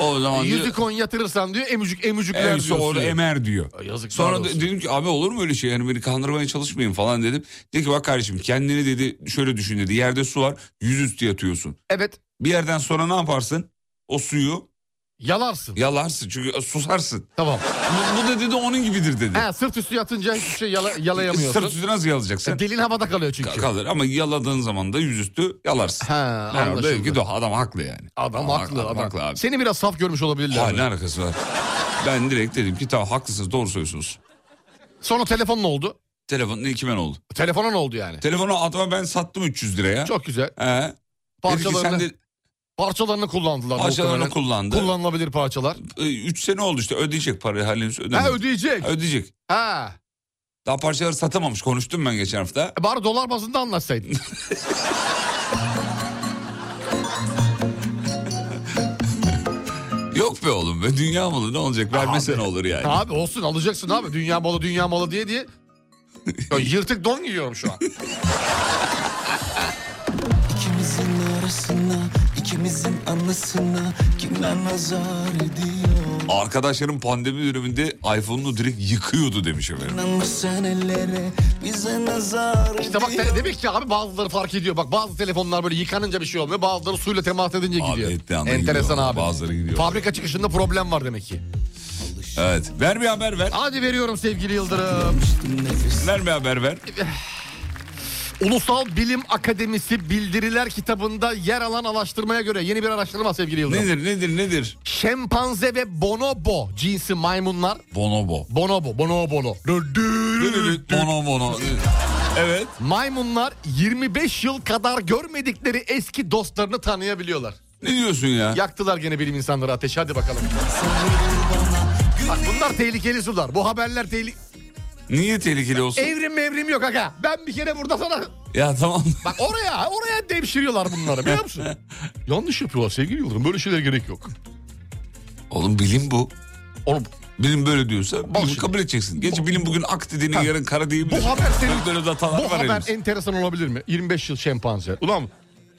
Speaker 6: o
Speaker 7: E,
Speaker 6: zaman diyor,
Speaker 7: Yüzü kon yatırırsan diyor emücük emücükler
Speaker 6: en
Speaker 7: diyor.
Speaker 6: son orada
Speaker 7: suyu.
Speaker 6: emer diyor.
Speaker 7: Ay, Yazıklar
Speaker 6: Sonra
Speaker 7: olsun.
Speaker 6: de- dedim ki abi olur mu öyle şey yani beni kandırmaya çalışmayın falan dedim. Dedi ki bak kardeşim kendini dedi şöyle düşün dedi yerde su var yüzüstü yatıyorsun.
Speaker 7: Evet
Speaker 6: Bir yerden sonra ne yaparsın? O suyu
Speaker 7: yalarsın.
Speaker 6: yalarsın çünkü e, susarsın.
Speaker 7: Tamam.
Speaker 6: Bu, bu dedi de onun gibidir dedi.
Speaker 7: He, sırt üstü yatınca hiçbir şey yala- yalayamıyorsun.
Speaker 6: Sırt üstü nasıl yalayacaksın?
Speaker 7: E, Dilin havada kalıyor çünkü.
Speaker 6: Ka- Kalır ama yaladığın zaman da yüzüstü yalarsın.
Speaker 7: He,
Speaker 6: Yani
Speaker 7: anlaşıldı.
Speaker 6: belki de adam haklı yani.
Speaker 7: Adam haklı adam.
Speaker 6: abi.
Speaker 7: Seni biraz saf görmüş olabilirler.
Speaker 6: Ha, ne alakası var? ben direkt dedim ki tamam haklısınız doğru söylüyorsunuz.
Speaker 7: Sonra telefon ne oldu?
Speaker 6: Telefonun iki ben oldu.
Speaker 7: Telefona ne oldu yani?
Speaker 6: Telefonu adama ben sattım 300 liraya.
Speaker 7: Çok güzel.
Speaker 6: He. Dedi ki
Speaker 7: Parçalarını,
Speaker 6: sen de
Speaker 7: parçalarını kullandılar.
Speaker 6: parçalarını
Speaker 7: muhtemelen.
Speaker 6: kullandı.
Speaker 7: Kullanılabilir parçalar.
Speaker 6: 3 sene oldu işte ödeyecek parayı halimiz
Speaker 7: Ha
Speaker 6: ödemedi.
Speaker 7: ödeyecek.
Speaker 6: Ha, ödeyecek.
Speaker 7: Ha.
Speaker 6: Daha parçaları satamamış konuştum ben geçen hafta.
Speaker 7: E, Bari dolar bazında anlatsaydın.
Speaker 6: Yok be oğlum be dünya malı ne olacak vermesen olur yani.
Speaker 7: abi olsun alacaksın abi. Dünya malı dünya malı diye diye. Ya, yırtık don giyiyorum şu an.
Speaker 2: İkimizin arasına, ikimizin anlasına kimler nazar ediyor?
Speaker 6: Arkadaşlarım pandemi döneminde iPhone'unu direkt yıkıyordu demiş efendim.
Speaker 2: İnanmışsın ellere, bize nazar
Speaker 7: İşte bak
Speaker 2: ediyor.
Speaker 7: te- demek ki abi bazıları fark ediyor. Bak bazı telefonlar böyle yıkanınca bir şey olmuyor. Bazıları suyla temas edince
Speaker 6: Abi
Speaker 7: gidiyor.
Speaker 6: etli anda
Speaker 7: Enteresan
Speaker 6: gidiyor.
Speaker 7: abi.
Speaker 6: Bazıları gidiyor.
Speaker 7: Fabrika çıkışında problem var demek ki.
Speaker 6: Evet ver bir haber ver.
Speaker 7: Hadi veriyorum sevgili Yıldırım.
Speaker 6: Ver bir haber ver.
Speaker 7: Ulusal Bilim Akademisi bildiriler kitabında yer alan araştırmaya göre yeni bir araştırma sevgili Yıldırım.
Speaker 6: Nedir nedir nedir?
Speaker 7: Şempanze ve bonobo cinsi maymunlar.
Speaker 6: Bonobo.
Speaker 7: Bonobo, bonobolo. Dö- dö- dö- dö- dö-
Speaker 6: Bono bono. Evet.
Speaker 7: Maymunlar 25 yıl kadar görmedikleri eski dostlarını tanıyabiliyorlar.
Speaker 6: Ne diyorsun ya?
Speaker 7: Yaktılar gene bilim insanları ateşi hadi bakalım. Bak bunlar tehlikeli sular. Bu haberler tehlikeli.
Speaker 6: Niye tehlikeli olsun?
Speaker 7: Evrim mevrim yok aga. Ben bir kere burada sana...
Speaker 6: Ya tamam.
Speaker 7: Bak oraya oraya devşiriyorlar bunları biliyor musun? Yanlış yapıyorlar sevgili Yıldırım. Böyle şeylere gerek yok.
Speaker 6: Oğlum bilim bu.
Speaker 7: Oğlum
Speaker 6: Bilim böyle diyorsa bunu
Speaker 7: şimdi.
Speaker 6: kabul edeceksin. Gerçi bilim bugün ak dediğini yarın kara diyebilir.
Speaker 7: Bu haber senin-
Speaker 6: Böyle datalar
Speaker 7: Bu
Speaker 6: var
Speaker 7: haber
Speaker 6: elimizde.
Speaker 7: enteresan olabilir mi? 25 yıl şempanze. Ulan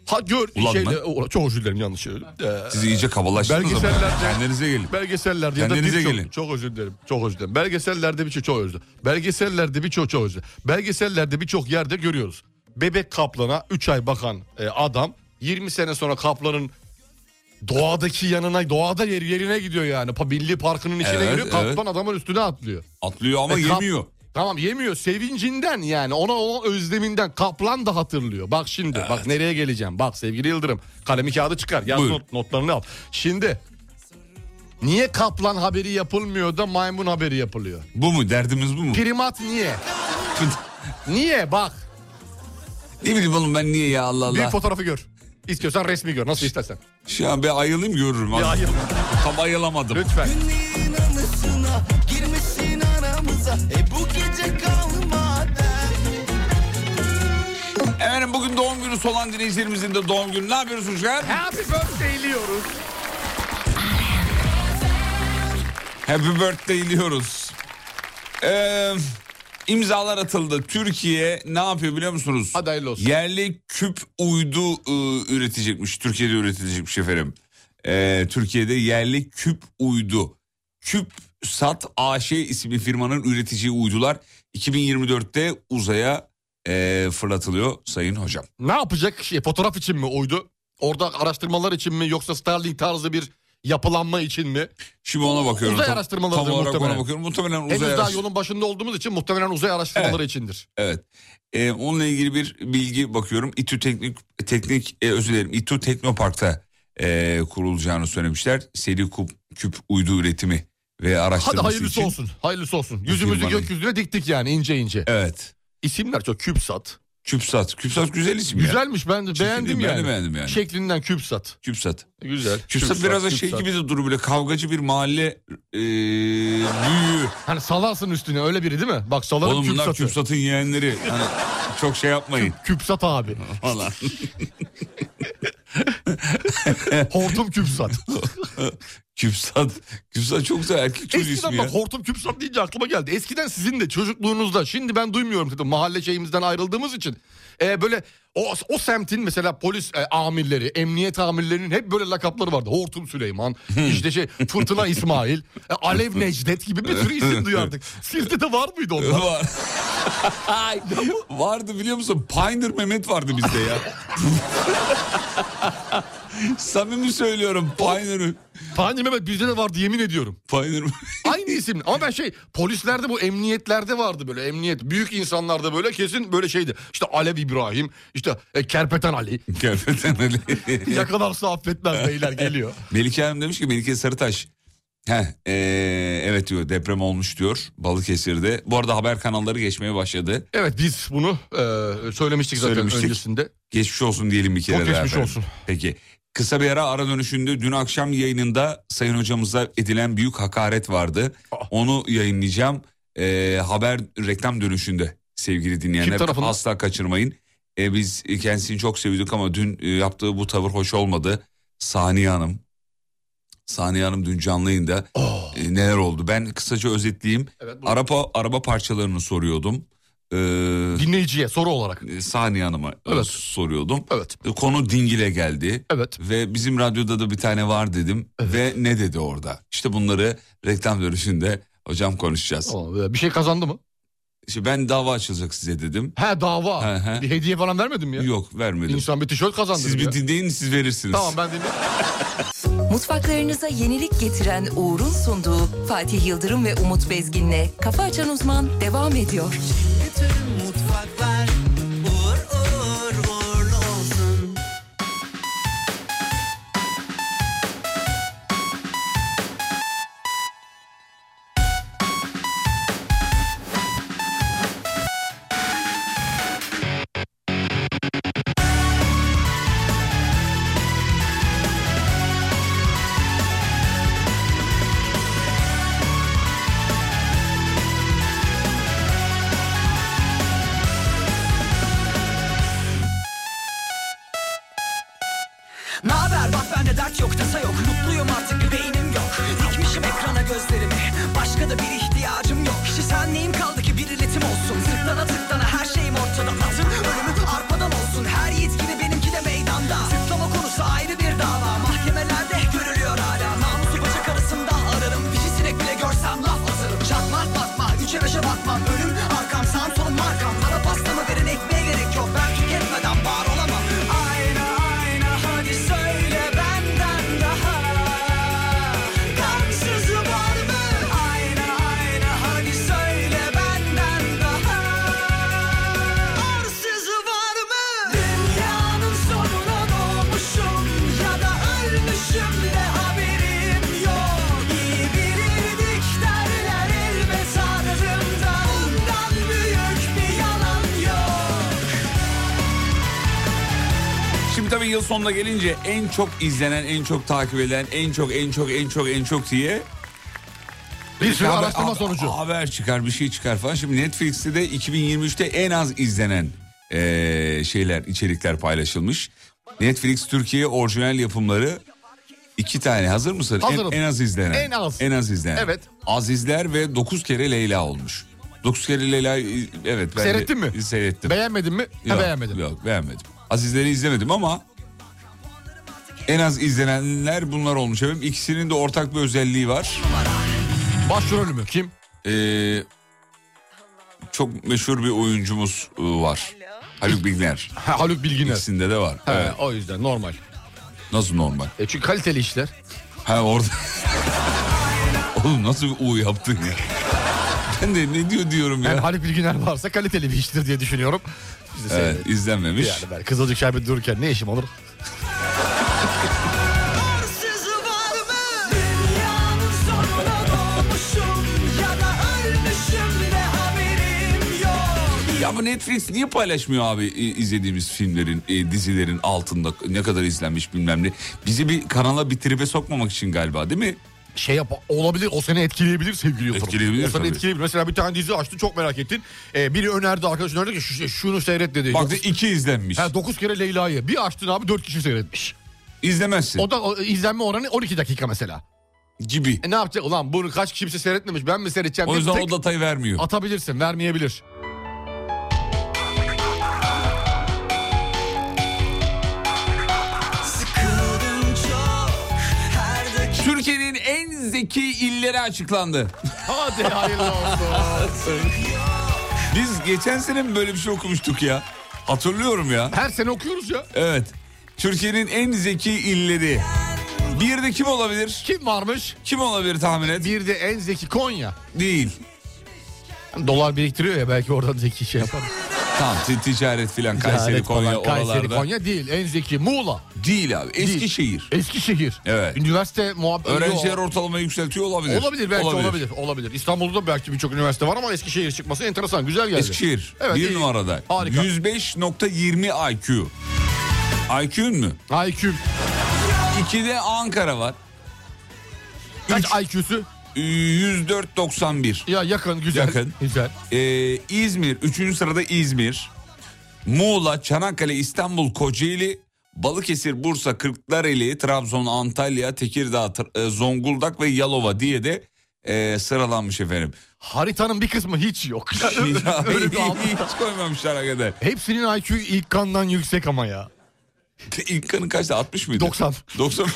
Speaker 7: ha gör
Speaker 6: Ulan
Speaker 7: şeyde o- çok özür dilerim yanlış söyledim. Ee,
Speaker 6: Siz iyice kabalaştınız ama.
Speaker 7: Belgesellerde-
Speaker 6: Kendinize gelin.
Speaker 7: belgesellerde ya da
Speaker 6: Kendinize
Speaker 7: birçok-
Speaker 6: gelin.
Speaker 7: çok özür dilerim. Çok özür dilerim. Belgesellerde birçok çok özür dilerim. Belgesellerde birçok çok özür dilerim. Belgesellerde birçok yerde görüyoruz. Bebek kaplana 3 ay bakan e, adam 20 sene sonra kaplanın doğadaki yanına doğada yer yerine gidiyor yani. Pa- Milli parkının içine
Speaker 6: Evet,
Speaker 7: giriyor. Kaplan adamın üstüne atlıyor.
Speaker 6: Atlıyor ama
Speaker 7: E, kap-
Speaker 6: yemiyor.
Speaker 7: Tamam yemiyor sevincinden yani ona o özleminden kaplan da hatırlıyor. Bak şimdi bak nereye geleceğim. Bak sevgili Yıldırım kalemi kağıdı çıkar yaz
Speaker 6: Buyur.
Speaker 7: not- notlarını al. Şimdi niye kaplan haberi yapılmıyor da maymun haberi yapılıyor?
Speaker 6: Bu mu? Derdimiz bu mu?
Speaker 7: Primat niye? Niye bak
Speaker 6: ne bileyim oğlum ben niye ya Allah
Speaker 7: bir
Speaker 6: Allah.
Speaker 7: fotoğrafı gör. İstiyorsan resmi gör nasıl istersen.
Speaker 6: Şu an bir ayılayım görürüm.
Speaker 7: Bir
Speaker 6: abi.
Speaker 7: ayıl.
Speaker 6: Tam ayılamadım.
Speaker 7: Lütfen.
Speaker 2: anısına girmişsin aramıza E bu gece kalma
Speaker 6: Efendim bugün doğum günü olan dinleyicilerimizin de doğum günü. Ne yapıyoruz çocuklar?
Speaker 7: Happy birthday diyoruz.
Speaker 6: Happy birthday diyoruz. Ee, imzalar atıldı. Türkiye ne yapıyor biliyor musunuz? Hadi
Speaker 7: olsun.
Speaker 6: Yerli küp uydu ıı, üretecekmiş. Türkiye'de üretilecekmiş efendim. Ee, Türkiye'de yerli küp uydu. Küp Sat AŞ isimli firmanın üreteceği uydular 2024'te uzaya e, fırlatılıyor sayın hocam.
Speaker 7: Ne yapacak? Şey, fotoğraf için mi uydu? Orada araştırmalar için mi yoksa Starlink tarzı bir yapılanma için mi?
Speaker 6: Şimdi ona bakıyorum.
Speaker 7: Uzay
Speaker 6: Tam-
Speaker 7: araştırmaları
Speaker 6: tam olarak
Speaker 7: muhtemelen.
Speaker 6: ona bakıyorum. Muhtemelen uzay
Speaker 7: Henüz daha
Speaker 6: araştırmaları.
Speaker 7: yolun başında olduğumuz için muhtemelen uzay araştırmaları içindir.
Speaker 6: Evet. Ee, onunla ilgili bir bilgi bakıyorum. İTÜ Teknik Teknik e, özür dilerim. İTÜ Teknopark'ta e, kurulacağını söylemişler. Seri kup, küp uydu üretimi ve
Speaker 7: Hadi
Speaker 6: araştırması
Speaker 7: hayırlısı
Speaker 6: için.
Speaker 7: olsun. Hayırlısı olsun. Yüzümüzü
Speaker 6: Firmanın-
Speaker 7: gökyüzüne diktik yani ince ince.
Speaker 6: Evet.
Speaker 7: İsimler çok Küpsat.
Speaker 6: Küpsat. Küpsat güzel isim ya.
Speaker 7: Güzelmiş ben de
Speaker 6: Çirkin
Speaker 7: beğendim
Speaker 6: değil,
Speaker 7: yani.
Speaker 6: ben de beğendim yani.
Speaker 7: Şeklinden Küpsat.
Speaker 6: Küpsat.
Speaker 7: Güzel.
Speaker 6: Küpsat, biraz da şey gibi de duruyor böyle kavgacı bir mahalle e, büyüğü.
Speaker 7: Hani salarsın üstüne öyle biri değil mi? Bak salarım
Speaker 6: Oğlum bunlar
Speaker 7: Küpsat'ı.
Speaker 6: Küpsat'ın yeğenleri. Hani çok şey yapmayın.
Speaker 7: Küpsat abi.
Speaker 6: Falan.
Speaker 7: Hortum Küpsat.
Speaker 6: Küpsat. Küpsat çok güzel erkek çocuğu
Speaker 7: Eskiden
Speaker 6: ismi ya.
Speaker 7: bak hortum küpsat deyince aklıma geldi. Eskiden sizin de çocukluğunuzda şimdi ben duymuyorum dedim mahalle şeyimizden ayrıldığımız için. E, böyle o, o semtin mesela polis e, amirleri, emniyet amirlerinin hep böyle lakapları vardı. Hortum Süleyman, işte şey Fırtına İsmail, e, Alev Necdet gibi bir sürü isim duyardık. Sizde de var mıydı onlar?
Speaker 6: Var. vardı biliyor musun? Pioneer Mehmet vardı bizde ya. Samimi söylüyorum Pioneer.
Speaker 7: Pioneer Mehmet bizde de vardı yemin ediyorum.
Speaker 6: Pioneer
Speaker 7: Aynı isim ama ben şey polislerde bu emniyetlerde vardı böyle emniyet büyük insanlarda böyle kesin böyle şeydi. İşte Alev İbrahim, işte e, Kerpeten Ali.
Speaker 6: Kerpeten Ali.
Speaker 7: Yakalarsa affetmez beyler geliyor.
Speaker 6: Melike Hanım demiş ki Melike Sarıtaş. Heh, ee, evet diyor deprem olmuş diyor Balıkesir'de. Bu arada haber kanalları geçmeye başladı.
Speaker 7: Evet biz bunu e, söylemiştik zaten
Speaker 6: Söylemiştik.
Speaker 7: öncesinde.
Speaker 6: Geçmiş olsun diyelim bir kere
Speaker 7: Çok
Speaker 6: daha
Speaker 7: geçmiş
Speaker 6: efendim.
Speaker 7: olsun.
Speaker 6: Peki. Kısa bir ara ara dönüşünde dün akşam yayınında Sayın Hocamıza edilen büyük hakaret vardı.
Speaker 7: Ah.
Speaker 6: Onu yayınlayacağım Ee, haber reklam dönüşünde sevgili dinleyenler.
Speaker 7: Kim tarafından?
Speaker 6: Asla kaçırmayın. Ee, biz kendisini çok sevdik ama dün e, yaptığı bu tavır hoş olmadı. Saniye Hanım. Saniye Hanım dün canlı yayında e, neler oldu? Ben kısaca özetleyeyim.
Speaker 7: Oh. Evet, buyurun.
Speaker 6: araba, araba parçalarını soruyordum. Ee,
Speaker 7: Dinleyiciye soru olarak.
Speaker 6: e, Saniye Hanım'a e,
Speaker 7: Evet.
Speaker 6: soruyordum.
Speaker 7: Evet.
Speaker 6: E, Konu Dingil'e geldi.
Speaker 7: Evet.
Speaker 6: Ve bizim radyoda da bir tane var dedim. Ve ne dedi orada? İşte bunları reklam dönüşünde hocam konuşacağız.
Speaker 7: Aa, e, Bir şey kazandı mı?
Speaker 6: İşte ben dava açılacak size dedim.
Speaker 7: He dava.
Speaker 6: Hı hı.
Speaker 7: Bir hediye falan vermedim ya.
Speaker 6: Yok vermedim.
Speaker 7: İnsan bir tişört kazandı.
Speaker 6: Siz
Speaker 7: ya.
Speaker 6: bir dinleyin siz verirsiniz.
Speaker 7: Tamam ben dinliyorum.
Speaker 1: Mutfaklarınıza yenilik getiren Uğur'un sunduğu Fatih Yıldırım ve Umut Bezgin'le Kafa Açan Uzman devam ediyor.
Speaker 12: Bütün mutfaklar uğur uğur uğurlu olsun.
Speaker 5: Naber bak bende dert yok tasa yok Mutluyum artık bir beynim yok Dikmişim ekrana gözlerimi Başka da bir ihtiyacım yok Kişisel neyim kaldı ki bir iletim olsun Tıklana tıklana her şeyim ortada Atın ölümü arpadan olsun Her yiğit gibi benimki de meydanda Tıklama konusu ayrı bir dava Mahkemelerde görülüyor hala Namusu bacak arasında ararım Dişi sinek bile görsem laf hazırım Çatma batma üçe beşe bakmam Önüm arkam sağım solum markam Bana pastamı verin ekmeğe gerek yok Ben tüketmeden var olamam Ayna ayna hadi söyle benden daha Gamsızı var mı? Ayna ayna hadi söyle benden daha Arsızı var mı? Dünyanın sonuna doğmuşum ya da ölmüşüm de haberim yok. İyi bilirdik derler elbet ardımda ondan büyük bir yalan yok.
Speaker 6: Şimdi tabii yıl sonuna gelince en çok izlenen, en çok takip edilen, en çok en çok en çok en çok diye
Speaker 7: Bir sürü
Speaker 6: haber-
Speaker 7: araştırma
Speaker 6: haber-
Speaker 7: sonucu.
Speaker 6: Haber çıkar, bir şey çıkar falan. Şimdi Netflix'te de 2023'te en az izlenen e, eee, şeyler, içerikler paylaşılmış. Netflix Türkiye orijinal yapımları İki tane hazır mısın? En-
Speaker 7: Hazırım.
Speaker 6: En, az izlenen.
Speaker 7: En az.
Speaker 6: En az izlenen.
Speaker 7: Evet.
Speaker 6: Azizler ve 9 kere Leyla olmuş. 9 kere Leyla e, evet. ben de-
Speaker 7: Seyrettin mi?
Speaker 6: Seyrettim.
Speaker 7: Beğenmedin mi? Ha,
Speaker 6: Yok,
Speaker 7: beğenmedim.
Speaker 6: Yok beğenmedim. Azizleri izlemedim ama en az izlenenler bunlar olmuş efendim. İkisinin de ortak bir özelliği var. Ee,
Speaker 7: Başrolü mü? Kim?
Speaker 6: çok meşhur bir oyuncumuz e, var. Haluk Bilginer.
Speaker 7: Haluk Bilginer.
Speaker 6: İkisinde de var.
Speaker 7: He,
Speaker 6: Evet.
Speaker 7: O yüzden normal.
Speaker 6: Nasıl normal?
Speaker 7: E çünkü kaliteli işler.
Speaker 6: Ha orada. Oğlum nasıl bir U yaptın ya? Ben de ne diyor diyorum ya.
Speaker 7: Yani Haluk Bilginer varsa kaliteli bir iştir diye düşünüyorum. Biz de
Speaker 6: Evet,
Speaker 7: seyredelim.
Speaker 6: izlenmemiş.
Speaker 7: Yani ben Kızılcık Şerbeti dururken ne işim olur?
Speaker 6: Ya bu Netflix niye paylaşmıyor abi e, izlediğimiz filmlerin, e, dizilerin altında ne kadar izlenmiş bilmem ne. Bizi bir kanala bir tribe sokmamak için galiba değil mi?
Speaker 7: şey yap olabilir o seni etkileyebilir sevgili Yıldırım.
Speaker 6: Etkileyebilir
Speaker 7: O seni
Speaker 6: tabii.
Speaker 7: etkileyebilir. Mesela bir tane dizi açtı çok merak ettin. Ee, biri önerdi arkadaşın önerdi ki "Şu- şey, şunu seyret dedi.
Speaker 6: Baktı iki izlenmiş.
Speaker 7: Ha, 9 kere Leyla'yı. Bir açtın abi 4 kişi seyretmiş.
Speaker 6: İzlemezsin.
Speaker 7: O da o, izlenme oranı 12 dakika mesela.
Speaker 6: Gibi.
Speaker 7: E ne yapacak? Ulan bunu kaç kişi kimse seyretmemiş ben mi seyredeceğim?
Speaker 6: O
Speaker 7: diye bir
Speaker 6: yüzden
Speaker 7: tek
Speaker 6: o datayı vermiyor.
Speaker 7: Atabilirsin vermeyebilir.
Speaker 6: Türkiye'nin en zeki illeri açıklandı.
Speaker 7: Hadi hayırlı olsun.
Speaker 6: Biz geçen sene mi böyle bir şey okumuştuk ya? Hatırlıyorum ya.
Speaker 7: Her sene okuyoruz ya.
Speaker 6: Evet. Türkiye'nin en zeki illeri. Bir de kim olabilir?
Speaker 7: Kim varmış?
Speaker 6: Kim olabilir tahmin et?
Speaker 7: Bir de en zeki Konya.
Speaker 6: Değil.
Speaker 7: Dolar biriktiriyor ya belki oradan zeki şey yapar.
Speaker 6: Tamam t- ticaret filan Kayseri
Speaker 7: Ticaret falan,
Speaker 6: Konya
Speaker 7: Kayseri
Speaker 6: oralarda.
Speaker 7: Konya değil en zeki Muğla.
Speaker 6: Değil abi
Speaker 7: Değil.
Speaker 6: Eskişehir.
Speaker 7: Eskişehir.
Speaker 6: Evet.
Speaker 7: Üniversite muhabbeti.
Speaker 6: Öğrenciler ortalamayı yükseltiyor olabilir.
Speaker 7: Olabilir belki olabilir. olabilir. İstanbul'da da belki birçok üniversite var ama Eskişehir çıkması enteresan güzel geldi.
Speaker 6: Eskişehir
Speaker 7: Evet,
Speaker 6: bir
Speaker 7: iyi.
Speaker 6: numarada.
Speaker 7: Harika.
Speaker 6: 105.20 IQ. IQ'un mu?
Speaker 7: IQ.
Speaker 6: İkide Ankara var.
Speaker 7: Kaç IQ'su?
Speaker 6: 104.91.
Speaker 7: Ya yakın güzel.
Speaker 6: Yakın.
Speaker 7: Güzel.
Speaker 6: Ee, İzmir 3. sırada İzmir. Muğla, Çanakkale, İstanbul, Kocaeli, Balıkesir, Bursa, Kırklareli, Trabzon, Antalya, Tekirdağ, Tr- e, Zonguldak ve Yalova diye de e, sıralanmış efendim.
Speaker 7: Haritanın bir kısmı hiç yok. Öyle bir algı.
Speaker 6: Hiç koymamışlar hakikaten.
Speaker 7: Hepsinin IQ ilk kandan yüksek ama ya.
Speaker 6: İlk kanın kaçtı 60 mıydı?
Speaker 7: 90.
Speaker 6: 90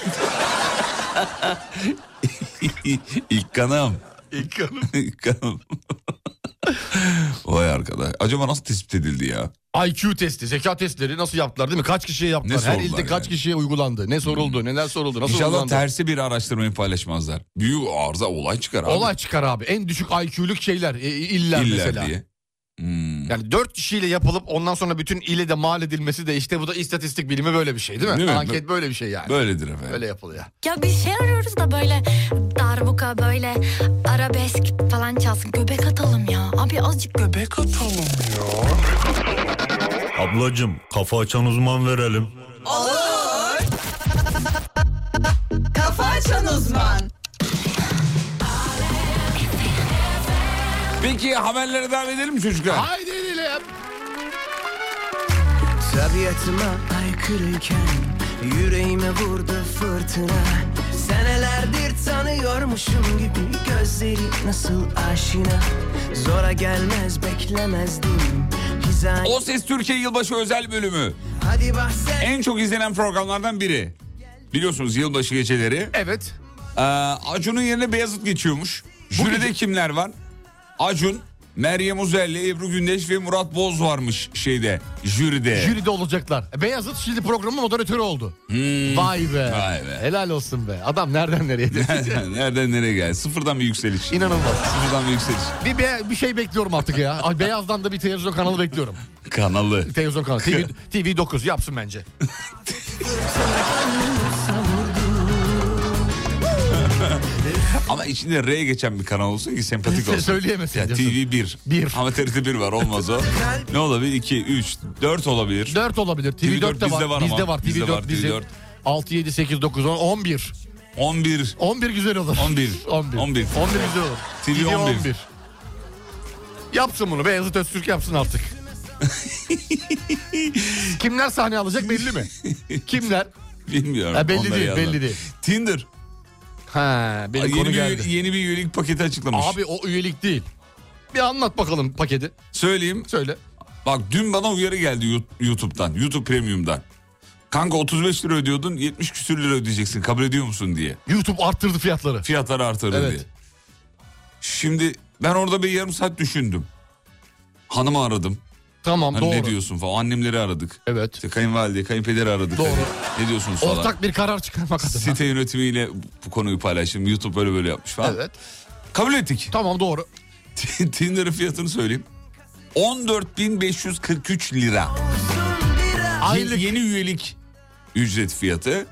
Speaker 6: İlk kanım.
Speaker 7: İlk kanım.
Speaker 6: İlk kanım. Vay arkadaş. Acaba nasıl tespit edildi ya?
Speaker 7: IQ testi, zeka testleri nasıl yaptılar değil mi? Kaç kişiye yaptılar?
Speaker 6: Ne
Speaker 7: Her
Speaker 6: sordular
Speaker 7: ilde kaç
Speaker 6: yani?
Speaker 7: kişiye uygulandı? Ne soruldu? Neler soruldu? Nasıl
Speaker 6: İnşallah
Speaker 7: uygulandı?
Speaker 6: tersi bir araştırmayı paylaşmazlar. Büyük arıza olay çıkar abi.
Speaker 7: Olay çıkar abi. En düşük IQ'luk şeyler, e, iller,
Speaker 6: İller
Speaker 7: mesela.
Speaker 6: diye. Hmm.
Speaker 7: Yani dört kişiyle yapılıp ondan sonra bütün ile de mal edilmesi de işte bu da istatistik bilimi böyle bir şey değil mi?
Speaker 6: Değil mi?
Speaker 7: Anket böyle bir şey yani.
Speaker 6: Böyledir efendim.
Speaker 7: Böyle yapılıyor.
Speaker 13: Ya bir şey arıyoruz da böyle darbuka böyle arabesk falan çalsın. Göbek atalım ya. Abi azıcık göbek atalım.
Speaker 14: Ablacım kafa açan uzman verelim.
Speaker 4: Olur. Kafa açan uzman.
Speaker 6: Peki haberlere devam edelim mi çocuklar?
Speaker 7: Haydi edelim.
Speaker 12: Tabiatıma aykırıyken Yüreğime vurdu fırtına Senelerdir tanıyormuşum gibi Gözleri nasıl aşina Zora gelmez beklemezdim Hizaya
Speaker 6: O Ses Türkiye Yılbaşı özel bölümü.
Speaker 12: Hadi bahset
Speaker 6: En çok izlenen programlardan biri. Biliyorsunuz yılbaşı geceleri. Ee,
Speaker 7: Evet.
Speaker 6: Acun'un yerine Beyazıt geçiyormuş. Jüride kimler var? Acun, Meryem Uzerli, Ebru Gündeş ve Murat Boz varmış şeyde jüride.
Speaker 7: Jüride olacaklar. E, Beyazıt şimdi programın moderatörü oldu.
Speaker 6: Hmm.
Speaker 7: Vay be.
Speaker 6: Vay be.
Speaker 7: Helal olsun be. Adam nereden nereye?
Speaker 6: Nereden, nereden nereye geldi? Sıfırdan bir yükseliş.
Speaker 7: İnanılmaz.
Speaker 6: Sıfırdan bir yükseliş.
Speaker 7: bir, be- bir şey bekliyorum artık ya. Ay, Beyaz'dan da bir televizyon kanalı bekliyorum.
Speaker 6: Kanalı.
Speaker 7: Televizyon kanalı. TV, TV 9 yapsın bence.
Speaker 6: Ama içinde R geçen bir kanal olsun ki sempatik olsun.
Speaker 7: Söyleyemesin
Speaker 6: Ya
Speaker 7: diyorsun.
Speaker 6: TV 1. Ama TRT 1 var olmaz o. ne olabilir? 2, 3, 4 olabilir.
Speaker 7: 4 olabilir. TV,
Speaker 6: TV dört
Speaker 7: 4, de
Speaker 6: bizde
Speaker 7: var.
Speaker 6: var
Speaker 7: bizde
Speaker 6: ama.
Speaker 7: var. TV
Speaker 6: Bizde
Speaker 7: 4
Speaker 6: var, TV
Speaker 7: bizde.
Speaker 6: dört.
Speaker 7: 6, 7, 8, 9, 10, 11.
Speaker 6: 11.
Speaker 7: 11 güzel olur.
Speaker 6: 11. 11.
Speaker 7: 11. güzel olur.
Speaker 6: TV 11.
Speaker 7: Yapsın bunu. Beyazıt Öztürk yapsın artık. Kimler sahne alacak belli mi? Kimler?
Speaker 6: Bilmiyorum.
Speaker 7: Ha, belli
Speaker 6: onları
Speaker 7: değil,
Speaker 6: yazdım.
Speaker 7: belli değil.
Speaker 6: Tinder.
Speaker 7: Ha, benim
Speaker 6: yeni
Speaker 7: konu
Speaker 6: bir,
Speaker 7: geldi.
Speaker 6: Yeni bir üyelik paketi açıklamış.
Speaker 7: Abi o üyelik değil. Bir anlat bakalım paketi.
Speaker 6: Söyleyeyim.
Speaker 7: Söyle.
Speaker 6: Bak dün bana uyarı geldi Yu- YouTube'dan. YouTube Premium'dan. Kanka 35 lira ödüyordun 70 küsür lira ödeyeceksin kabul ediyor musun diye.
Speaker 7: YouTube arttırdı fiyatları.
Speaker 6: Fiyatları arttırdı
Speaker 7: Evet.
Speaker 6: diye. Şimdi ben orada bir yarım saat düşündüm. Hanımı aradım.
Speaker 7: Tamam
Speaker 6: Hani Ne
Speaker 7: doğru.
Speaker 6: diyorsun falan annemleri aradık.
Speaker 7: Evet.
Speaker 6: İşte kayınvalide kayınpederi aradık.
Speaker 7: Doğru.
Speaker 6: Hani Ne diyorsunuz falan.
Speaker 7: Ortak bir karar çıkarmak adına.
Speaker 6: Site yönetimiyle bu konuyu paylaştım. YouTube böyle böyle yapmış falan.
Speaker 7: Evet.
Speaker 6: Kabul ettik.
Speaker 7: Tamam doğru.
Speaker 6: Tinder'ın fiyatını söyleyeyim. 14.543 lira. Aylık. Yeni üyelik ücret fiyatı.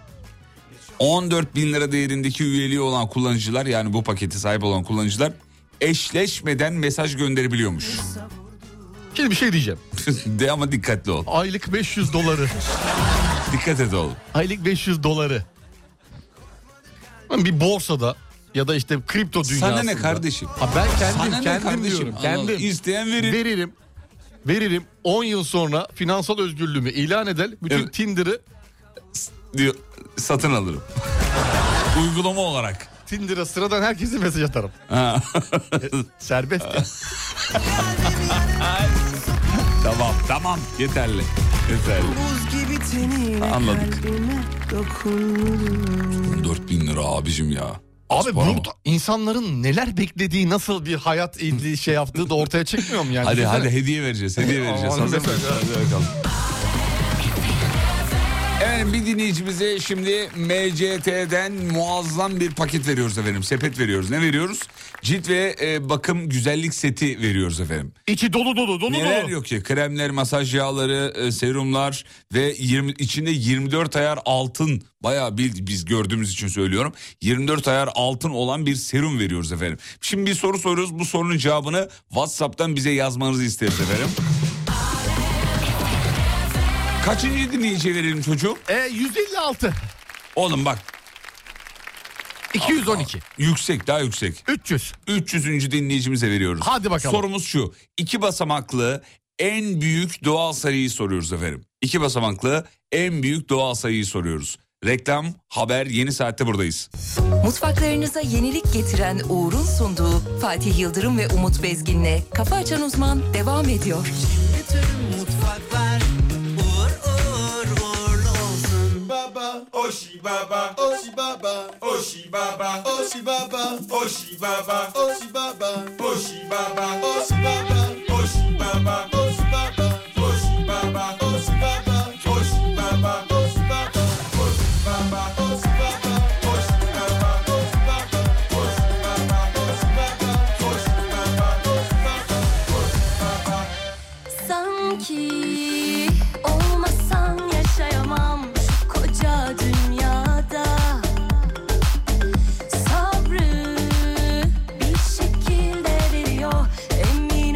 Speaker 6: 14 bin lira değerindeki üyeliği olan kullanıcılar yani bu paketi sahip olan kullanıcılar eşleşmeden mesaj gönderebiliyormuş.
Speaker 7: Şimdi bir şey diyeceğim.
Speaker 6: De ama dikkatli ol.
Speaker 7: Aylık 500 doları.
Speaker 6: Dikkat et oğlum.
Speaker 7: Aylık 500 doları. Lan Bir borsada ya da işte kripto dünyasında.
Speaker 6: Sana ne kardeşim?
Speaker 7: Ha ben kendim
Speaker 6: Sana ne
Speaker 7: kendim
Speaker 6: kardeşim?
Speaker 7: diyorum.
Speaker 6: Allah Allah.
Speaker 7: Kendim.
Speaker 6: İsteyen verir.
Speaker 7: Veririm. Veririm. 10 yıl sonra finansal özgürlüğümü ilan eder. Bütün Tinder'ı
Speaker 6: Diyor, satın alırım. Uygulama olarak.
Speaker 7: Tinder'a sıradan herkese mesaj atarım.
Speaker 6: Ha.
Speaker 7: Serbest.
Speaker 6: tamam tamam yeterli. Yeterli.
Speaker 12: Buz gibi teniyle
Speaker 6: Anladık.
Speaker 12: kalbime dokundun
Speaker 6: 14 bin lira abicim ya.
Speaker 7: Abi burada insanların neler beklediği nasıl bir hayat ilgili şey yaptığı da ortaya çıkmıyor mu yani?
Speaker 6: hadi
Speaker 7: Düşünsene.
Speaker 6: hadi hediye vereceğiz. Hediye vereceğiz.
Speaker 7: Aman
Speaker 6: Hazır
Speaker 7: efendim.
Speaker 6: mısınız? Hadi bakalım. Efendim bir dinleyicimize şimdi MCT'den muazzam bir paket veriyoruz efendim. Sepet veriyoruz. Ne veriyoruz? Cilt ve e, bakım güzellik seti veriyoruz efendim.
Speaker 7: İçi dolu dolu dolu
Speaker 6: Neler
Speaker 7: dolu.
Speaker 6: yok ki? Kremler, masaj yağları, e, serumlar ve 20, içinde 24 ayar altın. Bayağı bir, biz gördüğümüz için söylüyorum. 24 ayar altın olan bir serum veriyoruz efendim. Şimdi bir soru soruyoruz. Bu sorunun cevabını WhatsApp'tan bize yazmanızı isteriz efendim. Kaçıncı dinleyiciye verelim çocuğum?
Speaker 7: E, 156.
Speaker 6: Oğlum bak.
Speaker 7: 212.
Speaker 6: Yüksek daha yüksek.
Speaker 7: 300.
Speaker 6: 300. dinleyicimize veriyoruz.
Speaker 7: Hadi bakalım.
Speaker 6: Sorumuz şu. İki basamaklı en büyük doğal sayıyı soruyoruz efendim. İki basamaklı en büyük doğal sayıyı soruyoruz. Reklam, haber yeni saatte buradayız.
Speaker 1: Mutfaklarınıza yenilik getiren Uğur'un sunduğu Fatih Yıldırım ve Umut Bezgin'le Kafa Açan Uzman devam ediyor.
Speaker 15: Bütün mutfaklar uğur uğur uğurlu olsun. Baba, oşi baba, oşi baba, oşi baba, oşi baba, oşi baba, oşi baba, oşi baba, oşi baba, oşi baba, oşi baba, oşi baba, oşi baba, oşi baba, oşi baba, oşi baba, oşi baba, oşi baba, oşi baba, oşi baba, oşi baba, oşi baba, oşi baba, oşi baba.
Speaker 16: Sanki olmasan yaşayamam şu koca dünyada Sabrı bir şekilde veriyor emin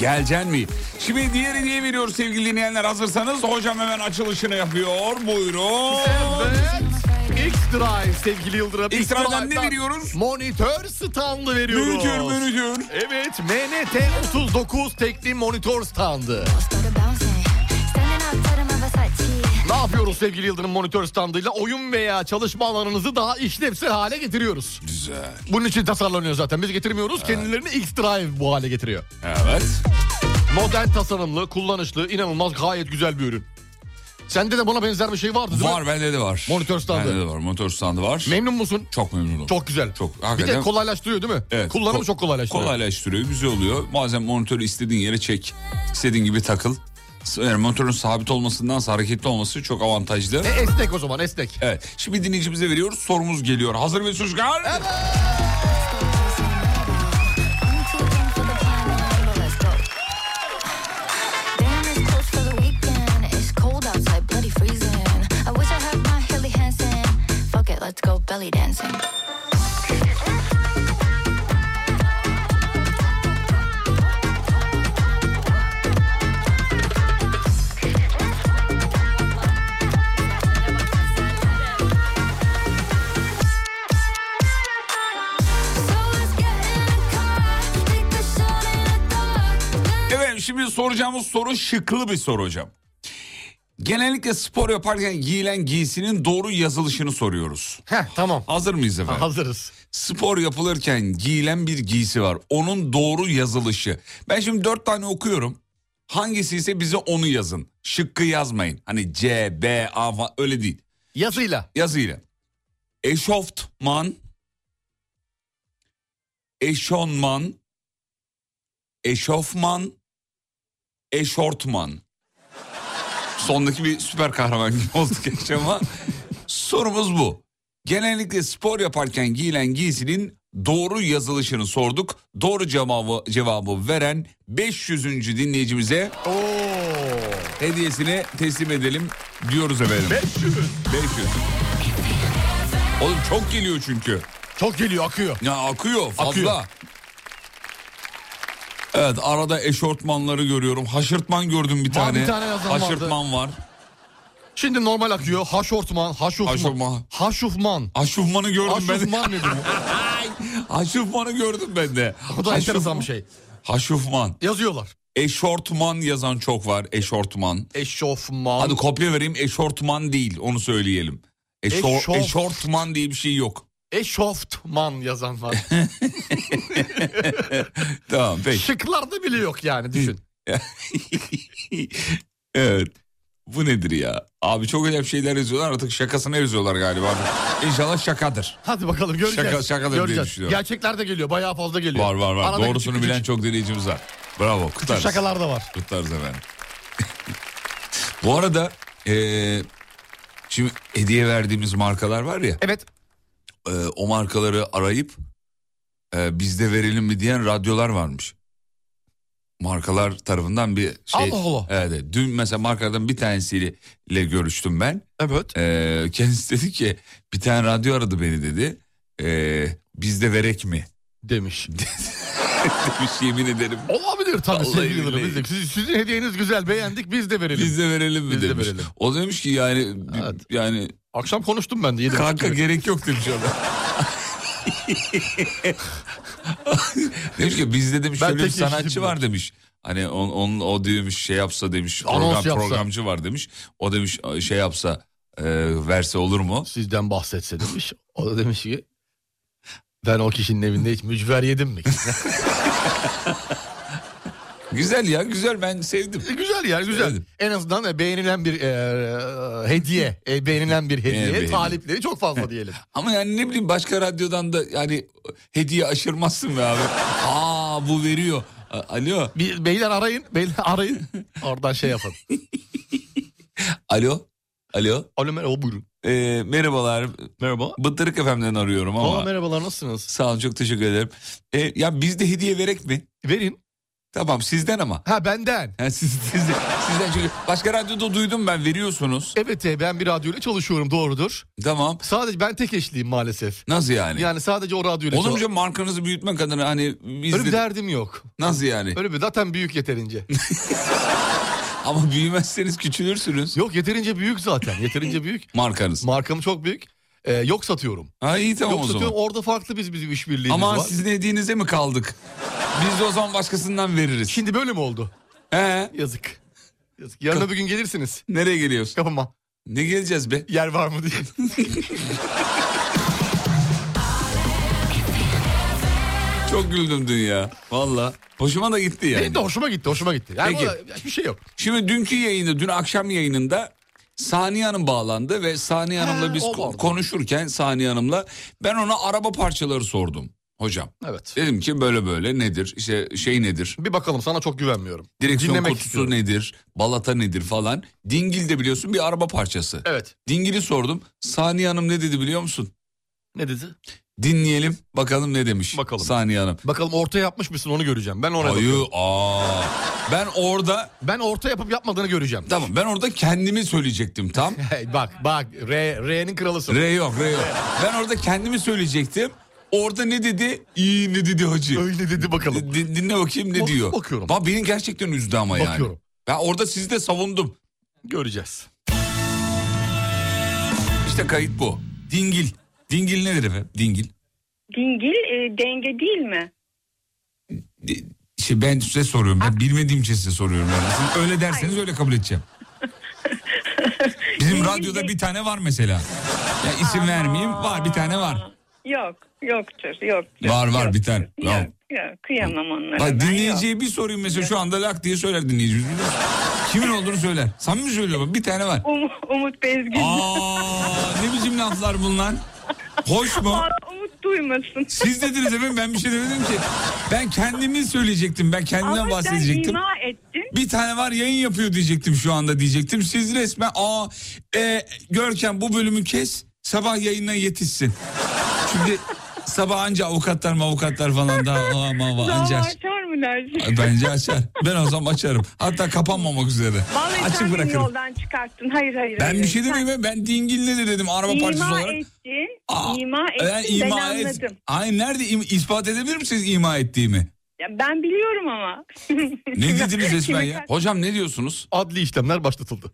Speaker 6: Geleceksin mi? Şimdi diğer hediye veriyor sevgili dinleyenler. Hazırsanız hocam hemen açılışını yapıyor. Buyurun.
Speaker 7: Evet. X-Drive sevgili Yıldırım.
Speaker 6: X Drive'dan
Speaker 7: X Drive'dan
Speaker 6: ne veriyoruz?
Speaker 7: Monitör standı veriyoruz.
Speaker 6: Monitör, monitör.
Speaker 7: Evet MNT39 tekli monitör standı. Ne yapıyoruz sevgili Yıldırım monitör standıyla? Oyun veya çalışma alanınızı daha işlevsel hale getiriyoruz.
Speaker 6: Güzel.
Speaker 7: Bunun için tasarlanıyor zaten. Biz getirmiyoruz. Kendilerini X-Drive bu hale getiriyor.
Speaker 6: Evet.
Speaker 7: Modern tasarımlı, kullanışlı, inanılmaz gayet güzel bir ürün. Sende de buna benzer bir şey vardı değil
Speaker 6: Var
Speaker 7: mi?
Speaker 6: bende de var.
Speaker 7: Monitör standı.
Speaker 6: Bende de var. Monitör standı var.
Speaker 7: Memnun musun?
Speaker 6: Çok memnunum.
Speaker 7: Çok güzel.
Speaker 6: Çok.
Speaker 7: Bir
Speaker 6: hakikaten-
Speaker 7: de kolaylaştırıyor değil mi?
Speaker 6: Evet,
Speaker 7: Kullanımı
Speaker 6: ko-
Speaker 7: çok kolaylaştırıyor.
Speaker 6: Kolaylaştırıyor, güzel oluyor. Bazen monitörü istediğin yere çek, istediğin gibi takıl. Yani monitörün sabit olmasındansa hareketli olması çok avantajlı.
Speaker 7: E, esnek o zaman esnek.
Speaker 6: Evet. Şimdi dinleyicimize veriyoruz. Sorumuz geliyor. Hazır mıyız çocuklar?
Speaker 13: Let's go belly dancing.
Speaker 6: Efendim şimdi soracağımız soru şıklı bir soru hocam. Genellikle spor yaparken giyilen giysinin doğru yazılışını soruyoruz.
Speaker 7: Heh tamam.
Speaker 6: Hazır mıyız efendim?
Speaker 7: hazırız.
Speaker 6: Spor yapılırken giyilen bir giysi var. Onun doğru yazılışı. Ben şimdi dört tane okuyorum. Hangisi ise bize onu yazın. Şıkkı yazmayın. Hani C, B, A falan öyle değil.
Speaker 7: Yazıyla.
Speaker 6: Yazıyla. Eşoftman. Eşonman. Eşofman. Eşortman. Sondaki bir süper kahraman gibi olduk gerçi ama sorumuz bu. Genellikle spor yaparken giyilen giysinin doğru yazılışını sorduk. Doğru cevabı, cevabı veren 500. dinleyicimize hediyesini teslim edelim diyoruz efendim. 500. 500. Oğlum çok geliyor çünkü.
Speaker 7: Çok geliyor akıyor.
Speaker 6: Ya akıyor fazla.
Speaker 7: Akıyor.
Speaker 6: Evet arada eşortmanları görüyorum. Haşırtman gördüm bir tane.
Speaker 7: bir tane yazan vardı.
Speaker 6: Haşırtman var.
Speaker 7: Şimdi normal akıyor. Haşortman, haşofman.
Speaker 6: Haşofman.
Speaker 7: Haşufman.
Speaker 6: Haşufmanı gördüm ben.
Speaker 7: Haşufman nedir?
Speaker 6: Haşufmanı gördüm ben de.
Speaker 7: O da enteresan bir şey.
Speaker 6: Haşufman.
Speaker 7: Yazıyorlar.
Speaker 6: Eşortman yazan çok var. Eşortman.
Speaker 7: Eşofman.
Speaker 6: Hadi kopya vereyim. Eşortman değil onu söyleyelim. Eşo-
Speaker 7: Eşof-
Speaker 6: Eşortman diye bir şey yok.
Speaker 7: Eşoftman yazan var.
Speaker 6: Tamam peki.
Speaker 7: Şıklarda bile yok yani düşün.
Speaker 6: Evet. Bu nedir ya? Abi çok acayip şeyler yazıyorlar artık şakasına yazıyorlar galiba. İnşallah şakadır.
Speaker 7: Hadi bakalım göreceğiz.
Speaker 6: Şaka- şakadır diye
Speaker 7: göreceğiz.
Speaker 6: düşünüyorum.
Speaker 7: Gerçekler de geliyor bayağı fazla geliyor.
Speaker 6: Var var var.
Speaker 7: Arada
Speaker 6: Doğrusunu
Speaker 7: küçük
Speaker 6: bilen
Speaker 7: küçük
Speaker 6: çok dinleyicimiz var. Bravo kutlarız.
Speaker 7: şakalar da var.
Speaker 6: Kutlarız efendim. Bu arada eee, şimdi hediye verdiğimiz markalar var ya. E,
Speaker 7: Evet.
Speaker 6: o markaları arayıp eee bizde verelim mi diyen radyolar varmış. Markalar tarafından bir şey.
Speaker 7: Allah Allah.
Speaker 6: Evet, evet. dün mesela markalardan bir tanesiyle görüştüm ben.
Speaker 7: Evet.
Speaker 6: Eee kendisi dedi ki bir tane radyo aradı beni dedi. Eee Ee, bizde verek mi?
Speaker 7: Demiş.
Speaker 6: Demiş yemin ederim.
Speaker 7: Olabilir tabii
Speaker 6: Vallahi
Speaker 7: sevgili
Speaker 6: billahi.
Speaker 7: Yıldırım. Biz de- siz- sizin hediyeniz güzel beğendik biz de verelim.
Speaker 6: Biz de verelim mi
Speaker 7: Biz de
Speaker 6: demiş.
Speaker 7: verelim.
Speaker 6: O demiş ki yani yani
Speaker 7: Akşam konuştum ben de. yedim.
Speaker 6: kanka
Speaker 7: Gibi.
Speaker 6: gerek yok demiş ona. demiş ki bizde demiş
Speaker 7: Ben
Speaker 6: şöyle bir
Speaker 7: tek yeşilim
Speaker 6: sanatçı var demiş. Hani on, on, o demiş şey yapsa demiş
Speaker 7: Anons
Speaker 6: program,
Speaker 7: yapsa.
Speaker 6: programcı var demiş. O demiş şey yapsa e, verse olur mu?
Speaker 7: Sizden bahsetse demiş. O da demiş ki ben o kişinin evinde hiç mücver yedim mi?
Speaker 6: Güzel ya güzel ben sevdim.
Speaker 7: E, güzel ya güzel.
Speaker 6: Sevdim.
Speaker 7: En azından e, beğenilen bir e, e, hediye. E, beğenilen bir hediye.
Speaker 6: beğenilen.
Speaker 7: Talipleri çok fazla diyelim.
Speaker 6: Ama yani ne bileyim başka radyodan da yani hediye aşırmazsın be abi. Aa bu veriyor. A- Alo.
Speaker 7: Bir, beyler arayın. Beyler arayın. Oradan şey yapın.
Speaker 6: Alo. Alo.
Speaker 7: Alo merhaba buyurun.
Speaker 6: Ee, merhabalar.
Speaker 7: Merhaba.
Speaker 6: Bıttırık FM'den arıyorum ama.
Speaker 7: Aa, merhabalar nasılsınız?
Speaker 6: Sağ olun çok teşekkür ederim. Ee, ya bizde hediye verek mi?
Speaker 7: Verin.
Speaker 6: Tamam sizden ama.
Speaker 7: Ha benden.
Speaker 6: Ha, siz, sizden, sizden çünkü başka radyoda duydum ben veriyorsunuz.
Speaker 7: Evet e, ben bir radyoyla çalışıyorum doğrudur.
Speaker 6: Tamam.
Speaker 7: Sadece ben tek eşliyim maalesef.
Speaker 6: Nasıl yani?
Speaker 7: Yani sadece o radyoyla
Speaker 6: Olur mu canım markanızı büyütmek adına hani biz
Speaker 7: Öyle bir
Speaker 6: de-
Speaker 7: derdim yok.
Speaker 6: Nasıl yani?
Speaker 7: Öyle bir zaten büyük yeterince.
Speaker 6: Ama büyümezseniz küçülürsünüz.
Speaker 7: Yok yeterince büyük zaten. Yeterince büyük.
Speaker 6: Markanız.
Speaker 7: Markam çok büyük. Ee, yok satıyorum.
Speaker 6: Ha iyi tamam
Speaker 7: yok
Speaker 6: o zaman.
Speaker 7: satıyorum. Orada farklı biz bizim işbirliğimiz var.
Speaker 6: Ama sizin hediyenize mi kaldık? Biz de o zaman başkasından veririz.
Speaker 7: Şimdi böyle mi oldu?
Speaker 6: He.
Speaker 7: Yazık. Yazık. Yarın öbür gün gelirsiniz.
Speaker 6: Nereye geliyorsun?
Speaker 7: Kapıma.
Speaker 6: Ne geleceğiz be?
Speaker 7: Yer var mı diye.
Speaker 6: Çok güldüm dün ya. Valla. Hoşuma da gitti yani.
Speaker 7: Benim de hoşuma gitti, hoşuma gitti. Yani
Speaker 6: Peki.
Speaker 7: bu- hiçbir şey yok.
Speaker 6: Şimdi dünkü yayında, dün akşam yayınında Saniye Hanım bağlandı ve Saniye Hanım'la biz
Speaker 7: o
Speaker 6: ko-
Speaker 7: vardı.
Speaker 6: konuşurken Saniye Hanım'la ben ona araba parçaları sordum hocam.
Speaker 7: Evet.
Speaker 6: Dedim ki böyle böyle nedir? İşte şey nedir?
Speaker 7: Bir bakalım sana çok güvenmiyorum.
Speaker 6: Direksiyon
Speaker 7: Dinlemek
Speaker 6: kutusu nedir? Balata nedir falan. Dingil de biliyorsun bir araba parçası.
Speaker 7: Evet.
Speaker 6: Dingil'i sordum. Saniye Hanım ne dedi biliyor musun?
Speaker 7: Ne dedi?
Speaker 6: Dinleyelim bakalım ne demiş bakalım. Saniye Hanım.
Speaker 7: Bakalım ortaya yapmış mısın onu göreceğim. Ben oraya
Speaker 6: Hayır,
Speaker 7: bakıyorum.
Speaker 6: aa. Ben orada
Speaker 7: Ben orta yapıp yapmadığını göreceğim.
Speaker 6: Tamam ben orada kendimi söyleyecektim tam.
Speaker 7: Hey, bak bak R, R'nin kralısın.
Speaker 6: R yok R yok. Ben orada kendimi söyleyecektim. Orada ne dedi? İyi ne dedi hacı?
Speaker 7: Öyle dedi bakalım.
Speaker 6: dinle bakayım ne
Speaker 7: Bak-
Speaker 6: diyor.
Speaker 7: bakıyorum.
Speaker 6: Bak benim gerçekten üzdü ama yani.
Speaker 7: Bakıyorum.
Speaker 6: Ben orada sizi de savundum.
Speaker 7: Göreceğiz.
Speaker 6: İşte kayıt bu. Dingil. Dingil nedir efendim? Dingil.
Speaker 17: Dingil e, denge değil mi?
Speaker 6: İşte Şey, ben size soruyorum. Ben bilmediğim için size soruyorum. Yani. Siz öyle derseniz öyle kabul edeceğim. Bizim radyoda bir tane var mesela. Ya isim vermeyeyim. Var bir tane var.
Speaker 17: Yok, yoktur, yoktur.
Speaker 6: Var var bir tane. Var.
Speaker 17: Yok, kıyamam onlara.
Speaker 6: Bak
Speaker 17: ben, yok.
Speaker 6: dinleyiciye bir sorayım mesela şu anda lak diye söyler dinleyicimiz. biliyor musun? Kimin olduğunu söyler. Samimi söylüyorum bir tane var.
Speaker 17: Um- Umut Bezgin.
Speaker 6: Aa ne biçim laflar bunlar. Hoş mu?
Speaker 17: Aa, Umut duymasın.
Speaker 6: Siz dediniz efendim ben bir şey demedim ki. Ben kendimi söyleyecektim. Ben kendimden
Speaker 17: Ama sen
Speaker 6: bahsedecektim.
Speaker 17: ima ettin.
Speaker 6: Bir tane var yayın yapıyor diyecektim şu anda diyecektim. Siz resmen aa e, Görkem bu bölümü kes sabah yayına yetişsin. Çünkü sabah anca avukatlar avukatlar falan daha ama ama anca
Speaker 17: Dava
Speaker 6: aç.
Speaker 17: açar mı dersin?
Speaker 6: Ay, Bence açar. Ben o zaman açarım. Hatta kapanmamak üzere.
Speaker 17: Vallahi sen
Speaker 6: Açık
Speaker 17: beni
Speaker 6: bırakırım.
Speaker 17: yoldan çıkarttın. Hayır hayır.
Speaker 6: Ben
Speaker 17: hayır.
Speaker 6: bir şey demeyeyim ya. Ben dingil ne de dedim araba
Speaker 17: İma
Speaker 6: parçası olarak.
Speaker 17: ettin.
Speaker 6: Aa,
Speaker 17: ima ettin.
Speaker 6: ben
Speaker 17: Ben,
Speaker 6: ima et-
Speaker 17: anladım.
Speaker 6: Ay nerede im- ispat edebilir misiniz ima ettiğimi?
Speaker 17: Ya ben biliyorum ama.
Speaker 6: Ne dediniz resmen ya? Hocam ne diyorsunuz?
Speaker 7: Adli işlemler başlatıldı.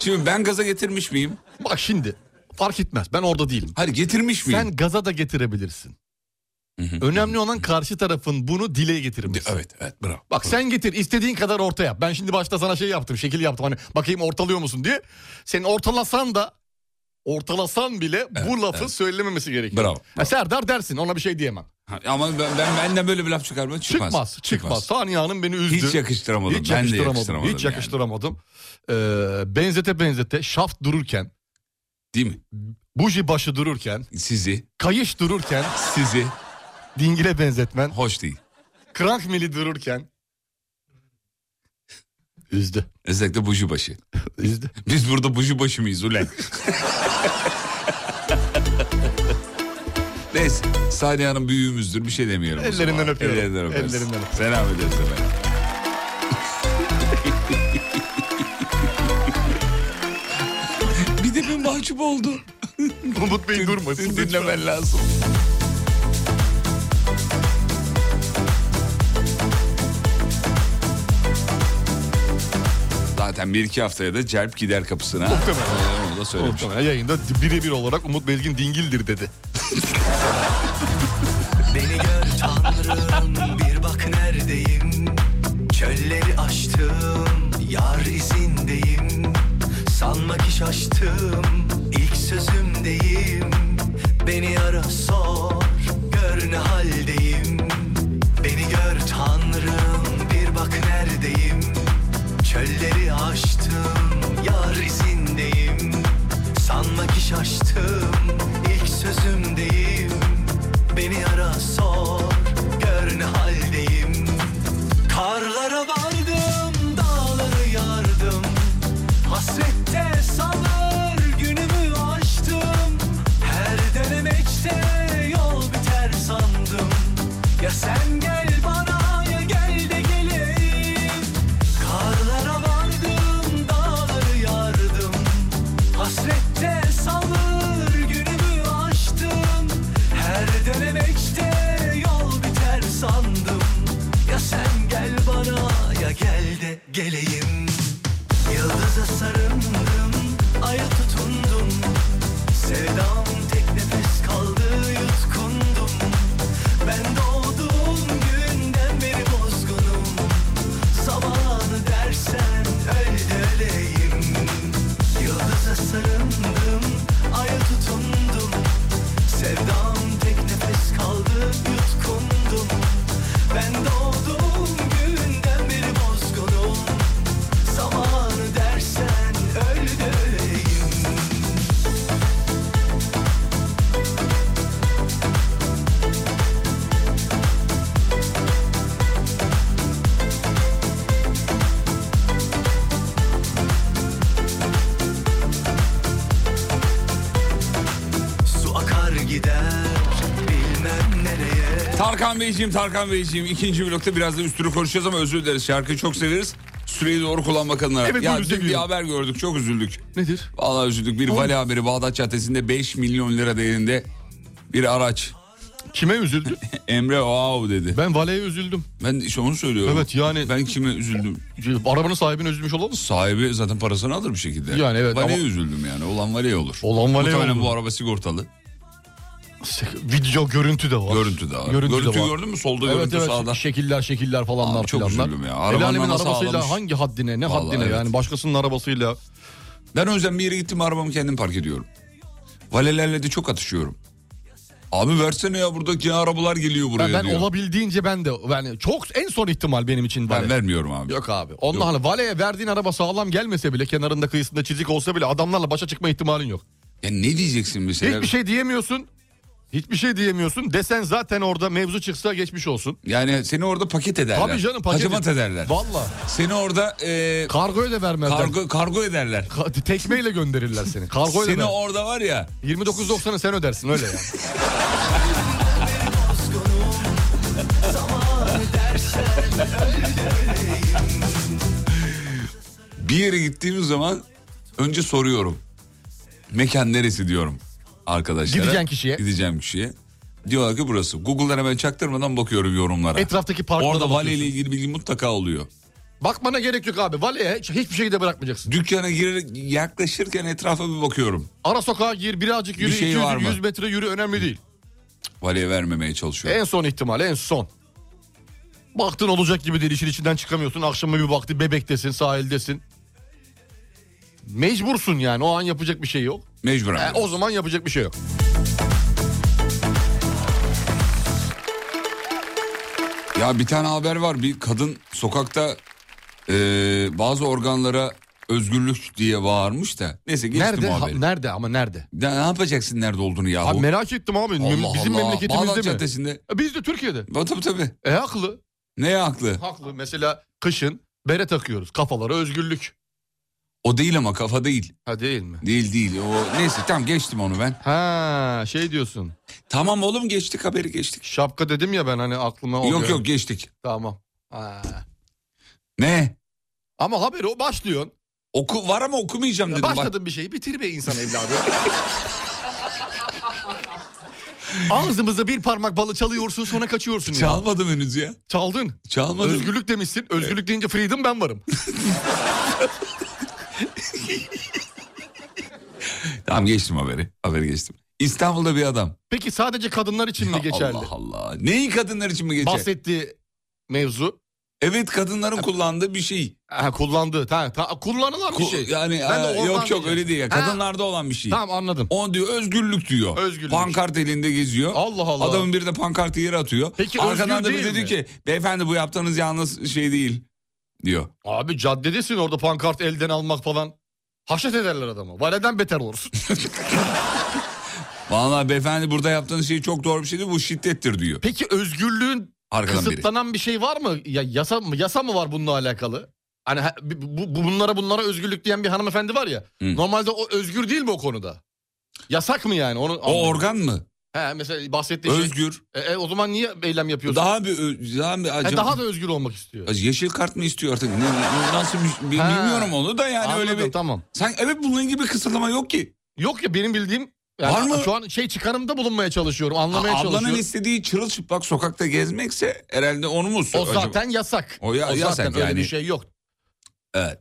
Speaker 6: Şimdi ben gaza getirmiş miyim?
Speaker 7: Bak şimdi fark etmez ben orada değilim.
Speaker 6: Hayır getirmiş miyim?
Speaker 7: Sen gaza da getirebilirsin. Önemli olan karşı tarafın bunu dile getirmesi.
Speaker 6: Evet evet bravo.
Speaker 7: Bak sen getir istediğin kadar orta yap. Ben şimdi başta sana şey yaptım şekil yaptım hani bakayım ortalıyor musun diye. Senin ortalasan da ortalasan bile bu lafı söylememesi gerekiyor.
Speaker 6: Bravo,
Speaker 7: Ha, Serdar dersin ona bir şey diyemem.
Speaker 6: Ha, Ama ben, ben benden böyle bir laf çıkarma çıkmaz.
Speaker 7: Çıkmaz, çıkmaz. Saniye Hanım beni üzdü.
Speaker 6: Hiç yakıştıramadım.
Speaker 7: Hiç
Speaker 6: Ben de
Speaker 7: yakıştıramadım.
Speaker 6: yakıştıramadım
Speaker 7: Hiç
Speaker 6: yani.
Speaker 7: yakıştıramadım. Ee, benzete benzete şaft dururken.
Speaker 6: Değil mi?
Speaker 7: Buji başı dururken.
Speaker 6: Sizi.
Speaker 7: Kayış dururken.
Speaker 6: Sizi.
Speaker 7: Dingile benzetmen.
Speaker 6: Hoş değil.
Speaker 7: Krank mili dururken. Üzdü.
Speaker 6: Özellikle buji başı.
Speaker 7: Üzdü.
Speaker 6: Biz burada buji başı mıyız ulan? Neyse Saniye Hanım büyüğümüzdür bir şey demeyelim. o
Speaker 7: Ellerinden
Speaker 6: zaman.
Speaker 7: öpüyorum.
Speaker 6: Ellerinden öperiz.
Speaker 7: Ellerinden öpüyorum.
Speaker 6: Selam ederiz efendim. bir de bir mahcup oldu.
Speaker 7: Umut Bey durmasın.
Speaker 6: Dinlemen lazım. Zaten bir iki haftaya da celp gider kapısına.
Speaker 7: Muhtemelen.
Speaker 6: Ee, Onu da söylemiş.
Speaker 7: Muhtemelen yayında birebir olarak Umut Bezgin dingildir dedi.
Speaker 18: Beni gör tanrım bir bak neredeyim Çölleri aştım yar izindeyim Sanma ki şaştım ilk sözümdeyim Beni ara sor gör ne haldeyim Beni gör tanrım bir bak neredeyim Çölleri aştım yar izindeyim Sanma ki şaştım ilk sözümdeyim Beni ara sor gör ne haldeyim Karlara vardım dağları yardım Hasrette sabır günümü açtım Her denemekte yol biter sandım Ya sen gel
Speaker 6: Tarkan Beyciğim, Tarkan Beyciğim. ikinci blokta biraz da üstünü konuşacağız ama özür dileriz. Şarkıyı çok severiz. Süreyi doğru kullanmak adına.
Speaker 7: Evet,
Speaker 6: ya
Speaker 7: buyurun,
Speaker 6: dün bir
Speaker 7: dinliyorum.
Speaker 6: haber gördük, çok üzüldük.
Speaker 7: Nedir?
Speaker 6: Vallahi üzüldük. Bir vali haberi Bağdat Caddesi'nde 5 milyon lira değerinde bir araç.
Speaker 7: Kime üzüldün?
Speaker 6: Emre wow dedi.
Speaker 7: Ben valeye üzüldüm.
Speaker 6: Ben işte onu söylüyorum.
Speaker 7: Evet, yani. Şey,
Speaker 6: Ben kime üzüldüm?
Speaker 7: Arabanın sahibini üzülmüş olamaz
Speaker 6: Sahibi zaten parasını alır bir şekilde.
Speaker 7: Yani evet,
Speaker 6: Valeye
Speaker 7: ama-
Speaker 6: üzüldüm yani. Olan valeye olur.
Speaker 7: Olan valeye
Speaker 6: Muhtemelen
Speaker 7: olur.
Speaker 6: bu araba sigortalı.
Speaker 7: Şey, Video görüntü de var.
Speaker 6: Görüntü de var.
Speaker 7: Görüntü,
Speaker 6: Görüntü
Speaker 7: de var.
Speaker 6: gördün mü? Solda
Speaker 7: evet,
Speaker 6: görüntü,
Speaker 7: evet.
Speaker 6: sağda.
Speaker 7: Şekiller şekiller falanlar
Speaker 6: Abi çok
Speaker 7: filanlar.
Speaker 6: üzüldüm ya.
Speaker 7: El
Speaker 6: Arabanın
Speaker 7: alemin
Speaker 6: anası
Speaker 7: arabasıyla
Speaker 6: ağlamış.
Speaker 7: hangi haddine ne
Speaker 6: Vallahi
Speaker 7: haddine
Speaker 6: evet.
Speaker 7: yani başkasının arabasıyla.
Speaker 6: Ben o yüzden bir yere gittim arabamı kendim park ediyorum. Valelerle de çok atışıyorum. Abi versene ya buradaki arabalar geliyor buraya
Speaker 7: ben, ben
Speaker 6: diyor.
Speaker 7: olabildiğince ben de yani çok en son ihtimal benim için vale.
Speaker 6: ben vermiyorum abi.
Speaker 7: Yok abi. Ondan hani valeye verdiğin araba sağlam gelmese bile kenarında kıyısında çizik olsa bile adamlarla başa çıkma ihtimalin yok.
Speaker 6: Ya ne diyeceksin mesela?
Speaker 7: Hiçbir şey diyemiyorsun. Hiçbir şey diyemiyorsun. Desen zaten orada mevzu çıksa geçmiş olsun.
Speaker 6: Yani seni orada paket ederler.
Speaker 7: Tabii canım paket.
Speaker 6: Hacamat ederler.
Speaker 7: Valla.
Speaker 6: Seni orada... E,
Speaker 7: Kargoya da vermezler.
Speaker 6: kargo, kargo ederler.
Speaker 7: Ka- tekmeyle gönderirler seni. Kargoyla
Speaker 6: seni
Speaker 7: ver.
Speaker 6: orada var ya...
Speaker 7: 29.90'ı sen ödersin öyle ya.
Speaker 6: Bir yere gittiğimiz zaman önce soruyorum. Mekan neresi diyorum arkadaşlara.
Speaker 7: Gideceğin kişiye.
Speaker 6: Gideceğim kişiye. Diyorlar ki burası. Google'dan hemen çaktırmadan bakıyorum yorumlara.
Speaker 7: Etraftaki parklara
Speaker 6: Orada vale ile
Speaker 7: bakıyorsun.
Speaker 6: ilgili bilgi mutlaka oluyor.
Speaker 7: Bakmana gerek yok abi. Valeye hiç- hiçbir şeyi de bırakmayacaksın.
Speaker 6: Dükkana girer, yaklaşırken etrafa bir bakıyorum.
Speaker 7: Ara sokağa gir birazcık
Speaker 6: Bir
Speaker 7: yürü.
Speaker 6: şey
Speaker 7: 200,
Speaker 6: var mı?
Speaker 7: 100 metre yürü önemli değil.
Speaker 6: Valeye vermemeye çalışıyorum.
Speaker 7: En son ihtimal en son. Baktın olacak gibi değil işin içinden çıkamıyorsun. Akşama bir baktı bebektesin sahildesin. Mecbursun yani o an yapacak bir şey yok.
Speaker 6: Mecburen.
Speaker 7: E, o zaman yapacak bir şey yok.
Speaker 6: Ya bir tane haber var. Bir kadın sokakta e, bazı organlara özgürlük diye bağırmış da. Neyse geçtim
Speaker 7: nerede?
Speaker 6: o
Speaker 7: Ha-
Speaker 6: haberi.
Speaker 7: nerede ama nerede?
Speaker 6: Ne ne yapacaksın nerede olduğunu yahu?
Speaker 7: Abi merak ettim abi. Mem-
Speaker 6: Allah
Speaker 7: Bizim
Speaker 6: Allah.
Speaker 7: memleketimizde
Speaker 6: Bağdat
Speaker 7: mi?
Speaker 6: Caddesi'nde.
Speaker 7: E, Biz de Türkiye'de.
Speaker 6: Ba- Tabii tabii.
Speaker 7: E haklı.
Speaker 6: Neye haklı?
Speaker 7: Haklı. Mesela kışın bere takıyoruz. Kafalara özgürlük.
Speaker 6: O değil ama kafa değil.
Speaker 7: Ha değil mi?
Speaker 6: Değil değil. O neyse tam geçtim onu ben.
Speaker 7: Ha şey diyorsun.
Speaker 6: Tamam oğlum geçtik haberi geçtik.
Speaker 7: Şapka dedim ya ben hani aklıma o
Speaker 6: Yok
Speaker 7: geldi.
Speaker 6: yok geçtik.
Speaker 7: Tamam. Ha.
Speaker 6: Ne?
Speaker 7: Ama haberi o başlıyorsun.
Speaker 6: Oku var ama okumayacağım dedim. Bak,
Speaker 7: Başladın bir şeyi bitir be insan evladı. Ağzımıza bir parmak balı çalıyorsun sonra kaçıyorsun. ya.
Speaker 6: çalmadım henüz ya.
Speaker 7: Çaldın.
Speaker 6: Çalmadım.
Speaker 7: Özgürlük demişsin. Özgürlük deyince freedom ben varım.
Speaker 6: Tamam geçtim haberi. Haberi geçtim. İstanbul'da bir adam.
Speaker 7: Peki sadece kadınlar için mi geçerli?
Speaker 6: Allah Allah. Neyi kadınlar için mi geçer?
Speaker 7: Bahsettiği mevzu.
Speaker 6: Evet kadınların kullandığı bir şey.
Speaker 7: Ha, kullandığı. Ta, ta, kullanılan bir
Speaker 6: Ku-
Speaker 7: şey.
Speaker 6: Yani
Speaker 7: Ben de
Speaker 6: e,
Speaker 7: oradan
Speaker 6: yok yok
Speaker 7: diyeceğim.
Speaker 6: öyle değil. ya.
Speaker 7: Ha,
Speaker 6: Kadınlarda olan bir şey.
Speaker 7: Tamam anladım.
Speaker 6: O diyor özgürlük diyor.
Speaker 7: Özgürlük.
Speaker 6: Pankart elinde geziyor.
Speaker 7: Allah Allah.
Speaker 6: Adamın biri de pankartı yere atıyor.
Speaker 7: Peki
Speaker 6: Arkadan
Speaker 7: özgür
Speaker 6: da biri
Speaker 7: değil
Speaker 6: dedi
Speaker 7: mi?
Speaker 6: ki beyefendi bu yaptığınız yalnız şey değil diyor.
Speaker 7: Abi caddedesin orada pankart elden almak falan. Haşet ederler adamı. Valeden beter olursun.
Speaker 6: Vallahi beyefendi burada yaptığınız şey çok doğru bir şey değil bu şiddettir diyor.
Speaker 7: Peki özgürlüğün
Speaker 6: Arkadan biri.
Speaker 7: kısıtlanan bir şey var mı? Ya yasa mı yasa mı var bununla alakalı? Hani ha- bu, bu- bunlara bunlara özgürlük diyen bir hanımefendi var ya.
Speaker 6: Hı.
Speaker 7: Normalde o özgür değil mi o konuda? Yasak mı yani? Onu
Speaker 6: O organ mı?
Speaker 7: He mesela bahsettiği şey.
Speaker 6: Özgür.
Speaker 7: E, e, o zaman niye eylem yapıyorsun?
Speaker 6: Daha bir ö- daha bir
Speaker 7: He,
Speaker 6: Ee, acaba-
Speaker 7: E, daha da özgür olmak istiyor.
Speaker 6: Yeşil kart mı istiyor artık? Ne- ne- nasıl bir, bir-
Speaker 7: Ha.
Speaker 6: bilmiyorum onu da yani öyle
Speaker 7: Anladım,
Speaker 6: bir.
Speaker 7: tamam.
Speaker 6: Sen evet bunun gibi bir kısıtlama yok ki.
Speaker 7: Yok ya benim bildiğim yani
Speaker 6: Var mı?
Speaker 7: şu an şey çıkarımda bulunmaya çalışıyorum, anlamaya
Speaker 6: Ablanın
Speaker 7: çalışıyorum.
Speaker 6: istediği çırılçıplak sokakta gezmekse herhalde onu mu?
Speaker 7: O
Speaker 6: acaba?
Speaker 7: zaten yasak.
Speaker 6: O ya- yasak
Speaker 7: zaten öyle
Speaker 6: yani.
Speaker 7: bir şey yok.
Speaker 6: Evet.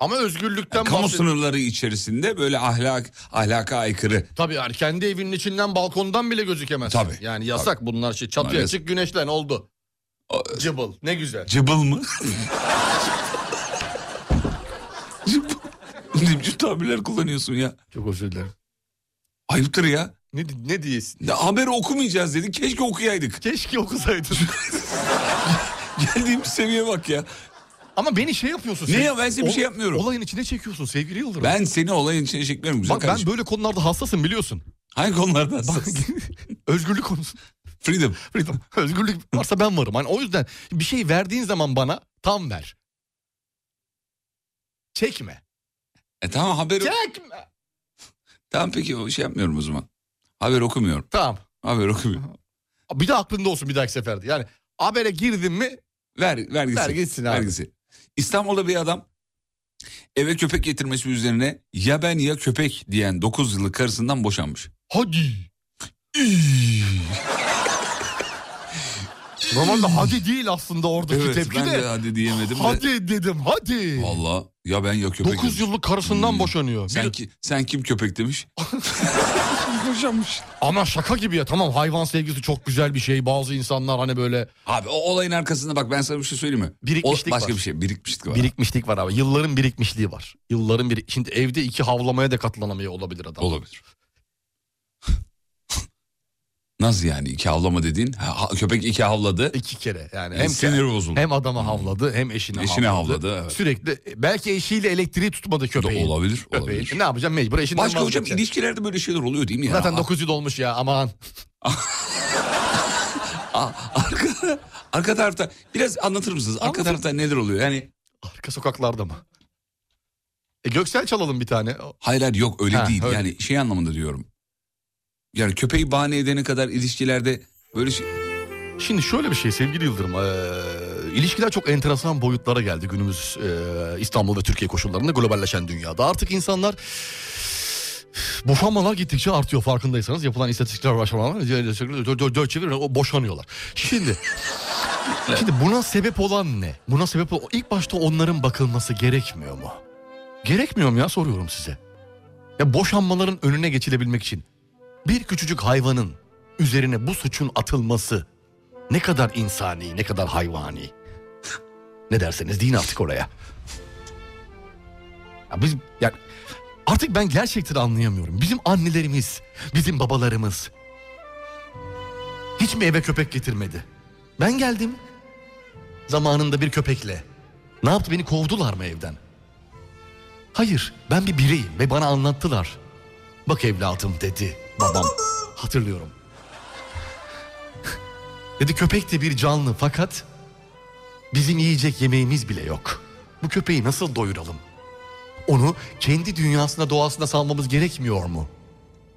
Speaker 7: Ama özgürlükten
Speaker 6: Kamu
Speaker 7: bahsediyor.
Speaker 6: sınırları içerisinde böyle ahlak ahlaka aykırı.
Speaker 7: Tabii yani kendi evinin içinden balkondan bile gözükemez.
Speaker 6: Tabii,
Speaker 7: Yani yasak bunlar şey çatıya
Speaker 6: Maalesef.
Speaker 7: çık güneşlen oldu. Cıbıl ne güzel.
Speaker 6: Cıbıl mı? Cıbıl. Cıbıl tabirler kullanıyorsun ya.
Speaker 7: Çok özür dilerim.
Speaker 6: Ayıptır ya.
Speaker 7: Ne, ne diyesin?
Speaker 6: Ya Haberi okumayacağız dedik. Keşke okuyaydık.
Speaker 7: Keşke okusaydın.
Speaker 6: Geldiğimiz seviyeye bak ya.
Speaker 7: Ama beni şey yapıyorsun.
Speaker 6: Ne
Speaker 7: sen.
Speaker 6: ya, ben size bir
Speaker 7: Ol-
Speaker 6: şey yapmıyorum.
Speaker 7: Olayın içine çekiyorsun sevgili Yıldırım.
Speaker 6: Ben seni olayın içine çekmiyorum güzel
Speaker 7: Bak
Speaker 6: kardeşim.
Speaker 7: ben böyle konularda hassasım biliyorsun.
Speaker 6: Hangi konularda?
Speaker 7: Bak özgürlük konusu.
Speaker 6: Freedom.
Speaker 7: Freedom. Özgürlük varsa ben varım. Hani o yüzden bir şey verdiğin zaman bana tam ver. Çekme.
Speaker 6: E tamam haberi...
Speaker 7: Çekme.
Speaker 6: Tamam peki o şey yapmıyorum o zaman. Haber okumuyorum.
Speaker 7: Tamam.
Speaker 6: Haber okumuyorum.
Speaker 7: Bir de aklında olsun bir dahaki seferde. Yani habere girdin mi
Speaker 6: Ver, vergisi.
Speaker 7: Ver gitsin abi.
Speaker 6: Vergisi. İstanbul'da bir adam eve köpek getirmesi üzerine ya ben ya köpek diyen 9 yıllık karısından boşanmış.
Speaker 7: hadi. İyi. Normalde hadi değil aslında oradaki
Speaker 6: Evet,
Speaker 7: tepki
Speaker 6: ben
Speaker 7: de.
Speaker 6: de hadi diyemedim de.
Speaker 7: Hadi dedim hadi.
Speaker 6: Valla ya ben ya köpek. Hmm.
Speaker 7: 9 yıllık karısından boşanıyor.
Speaker 6: Sen, ki, sen kim köpek demiş?
Speaker 7: Boşanmış. Ama şaka gibi ya tamam hayvan sevgisi çok güzel bir şey. Bazı insanlar hani böyle
Speaker 6: Abi o olayın arkasında bak ben sana bir şey söyleyeyim mi?
Speaker 7: Birikmişlik
Speaker 6: o, başka
Speaker 7: var.
Speaker 6: bir şey birikmişlik var.
Speaker 7: birikmişlik var abi. Yılların birikmişliği var. Yılların bir Şimdi evde iki havlamaya da katlanamayı olabilir adam.
Speaker 6: Olabilir. Nasıl yani iki havlama dediğin? Ha, ha- köpek iki havladı. E,
Speaker 7: İki kere yani.
Speaker 6: Hem sinir
Speaker 7: ke-
Speaker 6: bozuldu.
Speaker 7: Hem adama havladı hem eşine,
Speaker 6: Eşine
Speaker 7: havladı.
Speaker 6: havladı, evet.
Speaker 7: Sürekli belki eşiyle elektriği tutmadı köpeğin.
Speaker 6: olabilir, olabilir.
Speaker 7: E Ne yapacağım mecbur eşinden
Speaker 6: Başka hocam
Speaker 7: vazgeçeceksin.
Speaker 6: ilişkilerde böyle şeyler oluyor değil mi ya? Ah.
Speaker 7: Zaten 9 yıl olmuş ya aman.
Speaker 6: Aa, Ah, arka, arka tarafta biraz anlatır mısınız? Arka tarafta neler oluyor? Yani
Speaker 7: Arka sokaklarda mı? E Göksel çalalım bir tane.
Speaker 6: hayır hayır yok öyle
Speaker 7: Ha,
Speaker 6: değil.
Speaker 7: öyle.
Speaker 6: Yani şey anlamında diyorum. Yani köpeği bahane edene kadar ilişkilerde böyle şey...
Speaker 7: Şimdi şöyle bir şey sevgili Yıldırım. eee, ilişkiler çok enteresan boyutlara geldi günümüz eee, İstanbul ve Türkiye koşullarında globalleşen dünyada. Artık insanlar boşanmalar gittikçe artıyor farkındaysanız. Yapılan istatistikler başlamalar boşanıyorlar. Şimdi şimdi buna sebep olan ne? Buna sebep ol- ilk başta onların bakılması gerekmiyor mu? Gerekmiyor mu ya soruyorum size. Ya boşanmaların önüne geçilebilmek için bir küçücük hayvanın üzerine bu suçun atılması ne kadar insani, ne kadar hayvani. Ne derseniz deyin artık oraya. Ya biz ya artık ben gerçekten anlayamıyorum. Bizim annelerimiz, bizim babalarımız hiç mi eve köpek getirmedi? Ben geldim zamanında bir köpekle. Ne yaptı beni kovdular mı evden? Hayır, ben bir bireyim ve bana anlattılar. Bak evladım dedi babam. Hatırlıyorum. Dedi köpek de bir canlı fakat bizim yiyecek yemeğimiz bile yok. Bu köpeği nasıl doyuralım? Onu kendi dünyasına doğasına salmamız gerekmiyor mu?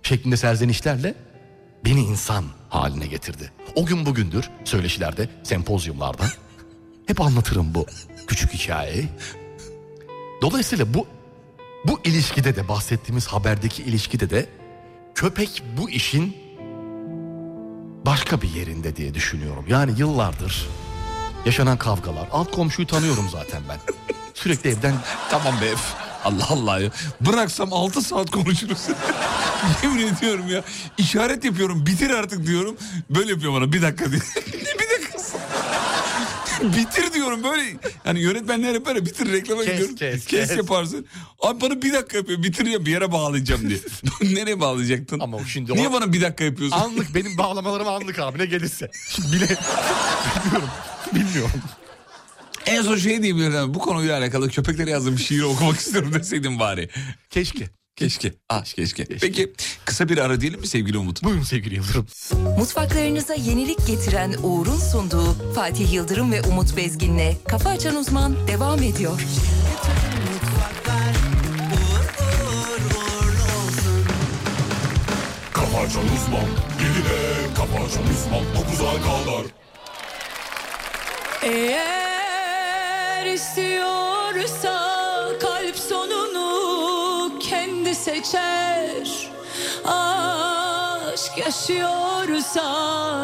Speaker 7: Şeklinde serzenişlerle beni insan haline getirdi. O gün bugündür söyleşilerde, sempozyumlarda hep anlatırım bu küçük hikayeyi. Dolayısıyla bu bu ilişkide de bahsettiğimiz haberdeki ilişkide de köpek bu işin başka bir yerinde diye düşünüyorum. Yani yıllardır yaşanan kavgalar. Alt komşuyu tanıyorum zaten ben. Sürekli evden...
Speaker 6: Tamam be Allah Allah ya. Bıraksam 6 saat konuşuruz. Yemin ediyorum ya. İşaret yapıyorum bitir artık diyorum. Böyle yapıyor bana bir dakika diye. bir dakika. bitir diyorum böyle. Hani yönetmenler hep böyle bitir reklama
Speaker 7: Kes,
Speaker 6: gidiyorum.
Speaker 7: kes, kes.
Speaker 6: yaparsın. Abi bana bir dakika yapıyor. Bitir ya bir yere bağlayacağım diye. Nereye bağlayacaktın? Ama
Speaker 7: şimdi
Speaker 6: Niye
Speaker 7: o-
Speaker 6: bana bir dakika yapıyorsun?
Speaker 7: Anlık benim bağlamalarım anlık abi ne gelirse. Şimdi bile bilmiyorum. Bilmiyorum.
Speaker 6: En son şey diyebilirim. abi, Bu konuyla alakalı köpeklere yazdığım şiiri okumak istiyorum deseydim bari.
Speaker 7: Keşke.
Speaker 6: Keşke. Ah keşke. Peki kısa bir ara diyelim mi sevgili Umut?
Speaker 7: Buyurun sevgili Yıldırım.
Speaker 1: Mutfaklarınıza yenilik getiren Uğur'un sunduğu Fatih Yıldırım ve Umut Bezgin'le Kafa Açan Uzman devam ediyor.
Speaker 19: Kafa açan uzman. Yedide kafa açan uzman. Dokuza kadar.
Speaker 20: Eğer istiyorsa kalp sonunu kendi seçer Aşk yaşıyorsa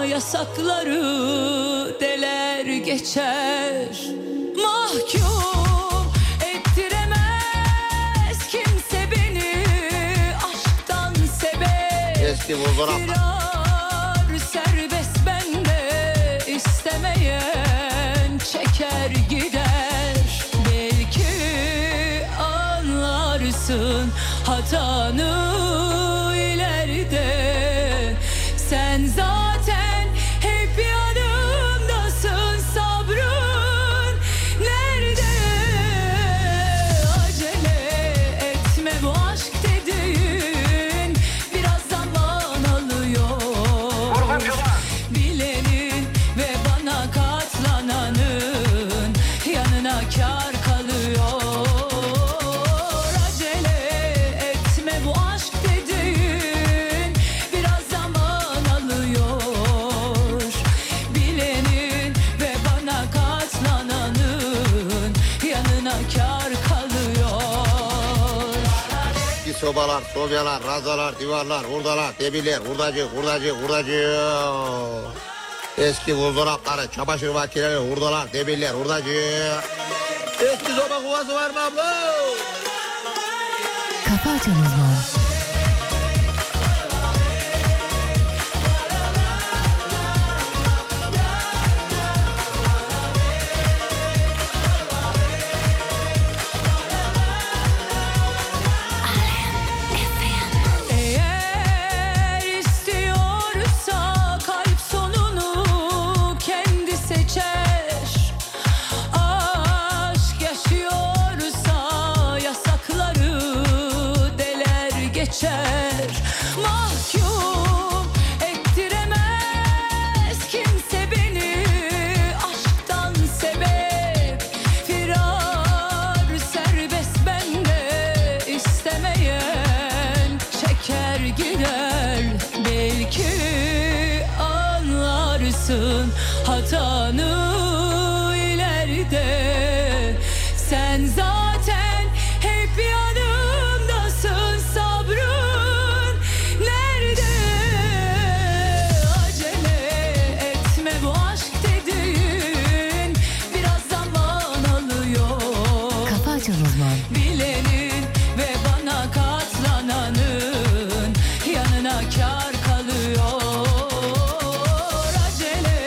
Speaker 20: yasakları deler geçer Mahkum ettiremez kimse beni aşktan sebep
Speaker 21: Eski Wolverhampton.
Speaker 20: Firar serbest bende istemeyen çeker gider Belki anlarsın hatanı ileride Sen zaten hep yanımdasın sabrın nerede Acele etme bu aşk dediğin biraz zaman alıyor. Bilenin ve bana katlananın yanına kar kalıyor. Acele etme bu aşk
Speaker 21: sobalar, sobyalar, razalar, divarlar, hurdalar, demirler, hurdacı, hurdacı, hurdacı. Eski buzdolapları, çamaşır makineleri, hurdalar, demirler, hurdacı. Eski soba kuvası var mı abla?
Speaker 1: Kafa Açan Uzman.
Speaker 20: Eğer istiyorsa kalp sonunu kendi seçer Aşk yaşıyorsa yasakları deler geçer Mahkum ettiremez kimse beni aşktan sebep Firar serbest bende istemeyen çeker gider Belki anlarsın hatanı ileride Sen zaten hep yanımdasın sabrın nerede? Acele etme bu aşk dediğin biraz zaman alıyor.
Speaker 1: Kafa Açan Uzman.
Speaker 20: Bilenin ve bana katlananın yanına kar kalıyor. Acele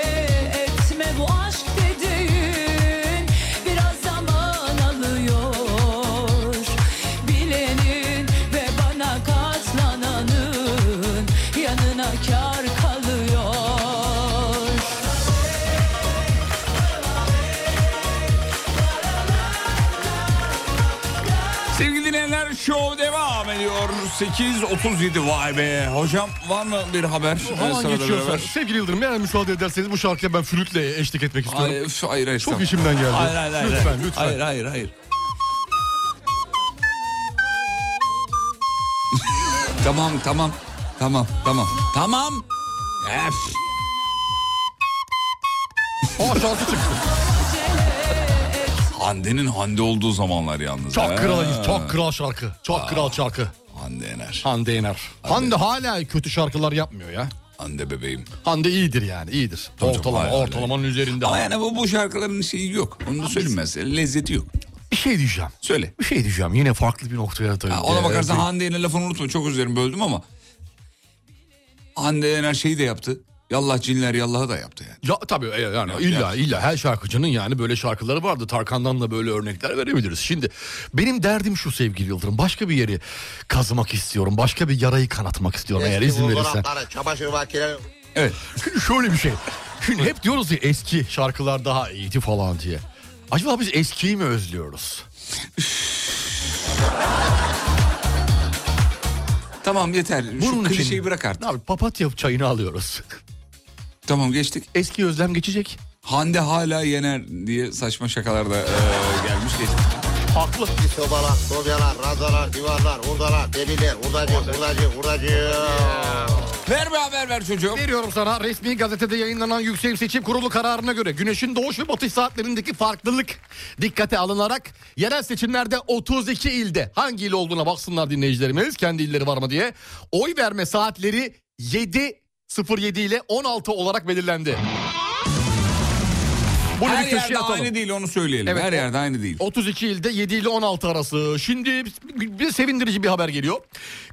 Speaker 20: etme bu aşk dediğin biraz zaman alıyor. Bilenin ve bana katlananın yanına kar kalıyor.
Speaker 6: Sevgili dinleyenler show devam ediyor. 8.37 vay be. Hocam var mı bir haber? Ee,
Speaker 7: Aman
Speaker 6: sırada
Speaker 7: geçiyorsa.
Speaker 6: beraber.
Speaker 7: Sevgili Yıldırım eğer müsaade ederseniz bu şarkıya ben flütle eşlik etmek istiyorum.
Speaker 6: Hayır, üf, hayır, hayır,
Speaker 7: Çok
Speaker 6: tamam.
Speaker 7: işimden geldi.
Speaker 6: Hayır, hayır, hayır.
Speaker 7: Lütfen,
Speaker 6: hayır.
Speaker 7: lütfen.
Speaker 6: Hayır, hayır, hayır. tamam, tamam. Tamam, tamam. Tamam. Ef.
Speaker 7: Aa şarkı çıktı.
Speaker 6: Hande'nin Hande olduğu zamanlar yalnız.
Speaker 7: Çok
Speaker 6: Ha.
Speaker 7: kral, çok kral şarkı. Çok kral şarkı. Hande Yener. Hande Yener. Hande hala kötü şarkılar yapmıyor ya.
Speaker 6: Hande bebeğim.
Speaker 7: Hande iyidir yani, iyidir. Ortalama,
Speaker 6: hayır, hayır.
Speaker 7: ortalamanın üzerinde.
Speaker 6: Ama yani bu, bu şarkıların şeyi yok. Onu da söyleyeyim ben size. Lezzeti yok.
Speaker 7: Bir şey diyeceğim.
Speaker 6: Söyle.
Speaker 7: Bir şey diyeceğim. Yine farklı bir noktaya tabii.
Speaker 6: Ha, ona bakarsan
Speaker 7: Ee,
Speaker 6: Hande Yener lafını unutma. Çok üzerim böldüm ama. Hande Yener şeyi de yaptı. Yallah cinler yallaha da yaptı yani.
Speaker 7: Ya tabii e, yani illa illa her şarkıcının yani böyle şarkıları vardı. Tarkan'dan da böyle örnekler verebiliriz. Şimdi benim derdim şu sevgili Yıldırım. Başka bir yeri kazımak istiyorum. Başka bir yarayı kanatmak istiyorum eğer
Speaker 21: Eski
Speaker 7: izin verirsen.
Speaker 21: buzdolapları, çamaşır makineleri,
Speaker 7: Evet. Şimdi şöyle bir şey. Şimdi hep diyoruz ya eski şarkılar daha iyiydi falan diye. Acaba biz eskiyi mi özlüyoruz?
Speaker 6: Tamam yeter. Bunun Şu klişeyi bırak artık.
Speaker 7: Abi E, papatya çayını alıyoruz.
Speaker 6: Tamam geçtik.
Speaker 7: Eski özlem geçecek.
Speaker 6: Hande hala yener diye saçma şakalar da e, gelmiş geçtik.
Speaker 7: Haklı.
Speaker 21: sobalar, sobyalar, razalar, divarlar, hurdalar, demirler, hurdacı, hurdacı, hurdacı.
Speaker 6: Ver bir haber ver çocuğum.
Speaker 7: Veriyorum sana resmi gazetede yayınlanan Yüksek Seçim Kurulu kararına göre güneşin doğuş ve batış saatlerindeki farklılık dikkate alınarak yerel seçimlerde 32 ilde hangi il olduğuna baksınlar dinleyicilerimiz kendi illeri var mı diye oy verme saatleri 7.07 ile 16 olarak belirlendi. Bunu
Speaker 6: Her
Speaker 7: bir köşeye
Speaker 6: yerde
Speaker 7: atalım.
Speaker 6: aynı değil onu söyleyelim.
Speaker 7: Evet,
Speaker 6: Her
Speaker 7: o-
Speaker 6: yerde aynı değil.
Speaker 7: 32 ilde 7 ile 16 arası. Şimdi bir bir sevindirici bir haber geliyor.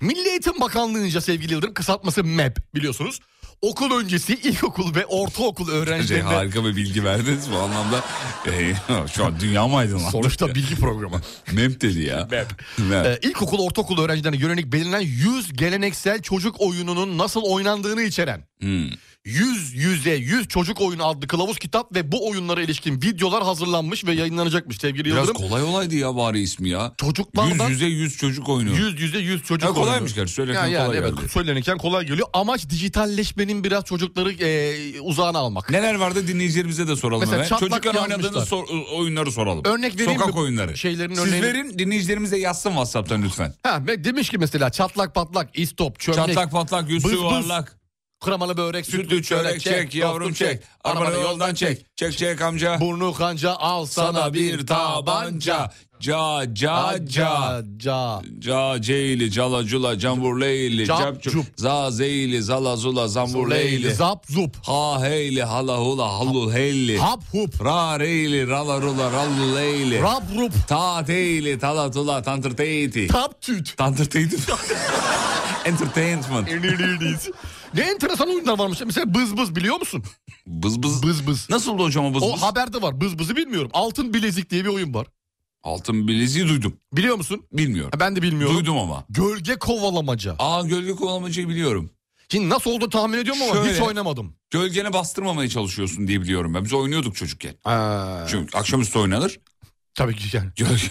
Speaker 7: Milli Eğitim Bakanlığı'nca sevgili Yıldırım kısaltması MEP biliyorsunuz. Okul öncesi ilkokul ve ortaokul
Speaker 6: Bence
Speaker 7: öğrencilerine...
Speaker 6: Şey, harika bir bilgi verdiniz bu anlamda. E, şu an dünya mı aydınlandı?
Speaker 7: Sonuçta bilgi programı.
Speaker 6: Mem dedi ya. Mem.
Speaker 7: Ee, ilkokul, ortaokul öğrencilerine yönelik belirlenen 100 geleneksel çocuk oyununun nasıl oynandığını içeren 100 yüze 100 çocuk oyunu adlı kılavuz kitap ve bu oyunlara ilişkin videolar hazırlanmış ve yayınlanacakmış sevgili
Speaker 6: Biraz
Speaker 7: Yıldırım.
Speaker 6: kolay olaydı ya bari ismi ya. Yüz
Speaker 7: Çocuklardan-
Speaker 6: yüze yüz çocuk oynuyor.
Speaker 7: 100 yüze 100 çocuk
Speaker 6: Ha, kolaymış
Speaker 7: oyunu.
Speaker 6: gerçi, söylerken
Speaker 7: yani,
Speaker 6: kolay
Speaker 7: evet,
Speaker 6: geldi.
Speaker 7: Söylenirken kolay geliyor. Amaç dijitalleşmenin biraz çocukları e, uzağına almak.
Speaker 6: Neler vardı dinleyicilerimize de soralım
Speaker 7: Mesela
Speaker 6: hemen.
Speaker 7: çatlak
Speaker 6: Çocukken
Speaker 7: yazmışlar.
Speaker 6: oynadığınız sor- ıı, oyunları soralım.
Speaker 7: Örnek vereyim
Speaker 6: Sokak
Speaker 7: mi?
Speaker 6: oyunları.
Speaker 7: Şeylerin
Speaker 6: Siz
Speaker 7: örneğini-
Speaker 6: verin dinleyicilerimiz de yazsın WhatsApp'tan lütfen.
Speaker 7: Ha, ve demiş ki mesela çatlak patlak, istop, çömlek.
Speaker 6: Çatlak patlak, yüzsü
Speaker 7: bız bız,
Speaker 6: yuvarlak.
Speaker 7: Kremalı börek, sütlü çörek, çek, yavrum çek.
Speaker 6: Arabanı
Speaker 7: Arabanı yoldan
Speaker 6: yoldan çek. Çek çek amca.
Speaker 7: Burnu kanca al sana bir tabanca.
Speaker 6: Ca ca ca.
Speaker 7: Ca.
Speaker 6: Ca ceyli, cala cula, cambur leyli,
Speaker 7: Cap
Speaker 6: cap cup. Za zeyli, zala zula, zambur leyli.
Speaker 7: Burleyli. Zap zup.
Speaker 6: Ha heyli, hala hula, halu heyli.
Speaker 7: Hap hup.
Speaker 6: Ra reyli, rala rula, rallu leyli.
Speaker 7: Rab rup.
Speaker 6: Ta teyli, tala tula, tantır teyti.
Speaker 7: Tap tüt.
Speaker 6: Tantır teyti. Entertainment.
Speaker 7: ne enteresan oyunlar varmış. Mesela bız bız biliyor musun?
Speaker 6: Bız bız.
Speaker 7: Bız bız.
Speaker 6: Nasıldı hocam o bız
Speaker 7: O
Speaker 6: bız?
Speaker 7: haberde var. Bız bızı bilmiyorum. Altın bilezik diye bir oyun var.
Speaker 6: Altın bileziği duydum.
Speaker 7: Biliyor musun?
Speaker 6: Bilmiyorum.
Speaker 7: Ha, Ben de bilmiyorum.
Speaker 6: Duydum ama.
Speaker 7: Gölge kovalamaca.
Speaker 6: Aa gölge kovalamacayı biliyorum.
Speaker 7: Şimdi nasıl olduğunu tahmin ediyorum ama hiç
Speaker 6: Şöyle.
Speaker 7: oynamadım.
Speaker 6: Gölgene bastırmamaya çalışıyorsun diye biliyorum ben. Biz oynuyorduk çocukken. Çünkü akşamüstü oynanır.
Speaker 7: Tabii ki yani.
Speaker 6: Gölge.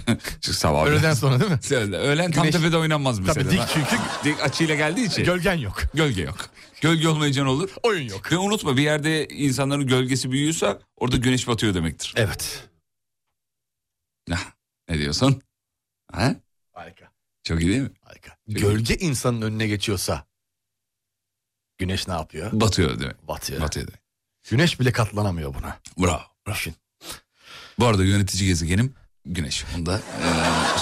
Speaker 6: Çık sabah.
Speaker 7: Öğleden sonra değil mi?
Speaker 6: Öğlen, öğlen tam
Speaker 7: Güneş-
Speaker 6: tepede oynanmaz mesela.
Speaker 7: Tabii dik çünkü.
Speaker 6: Dik açıyla geldiği için.
Speaker 7: Gölgen yok.
Speaker 6: Gölge yok. Gölge olmayınca ne olur?
Speaker 7: Oyun yok.
Speaker 6: Ve unutma bir yerde insanların gölgesi büyüyorsa orada güneş batıyor demektir.
Speaker 7: Evet.
Speaker 6: Ne diyorsun? Ha?
Speaker 7: Harika.
Speaker 6: Çok iyi değil mi?
Speaker 7: Gölge insanın önüne geçiyorsa güneş ne yapıyor?
Speaker 6: Batıyor demek.
Speaker 7: Batıyor.
Speaker 6: Batıyor demek.
Speaker 7: Güneş bile katlanamıyor buna.
Speaker 6: Bravo. bravo. Bu arada yönetici gezegenim güneş. Onu da eee,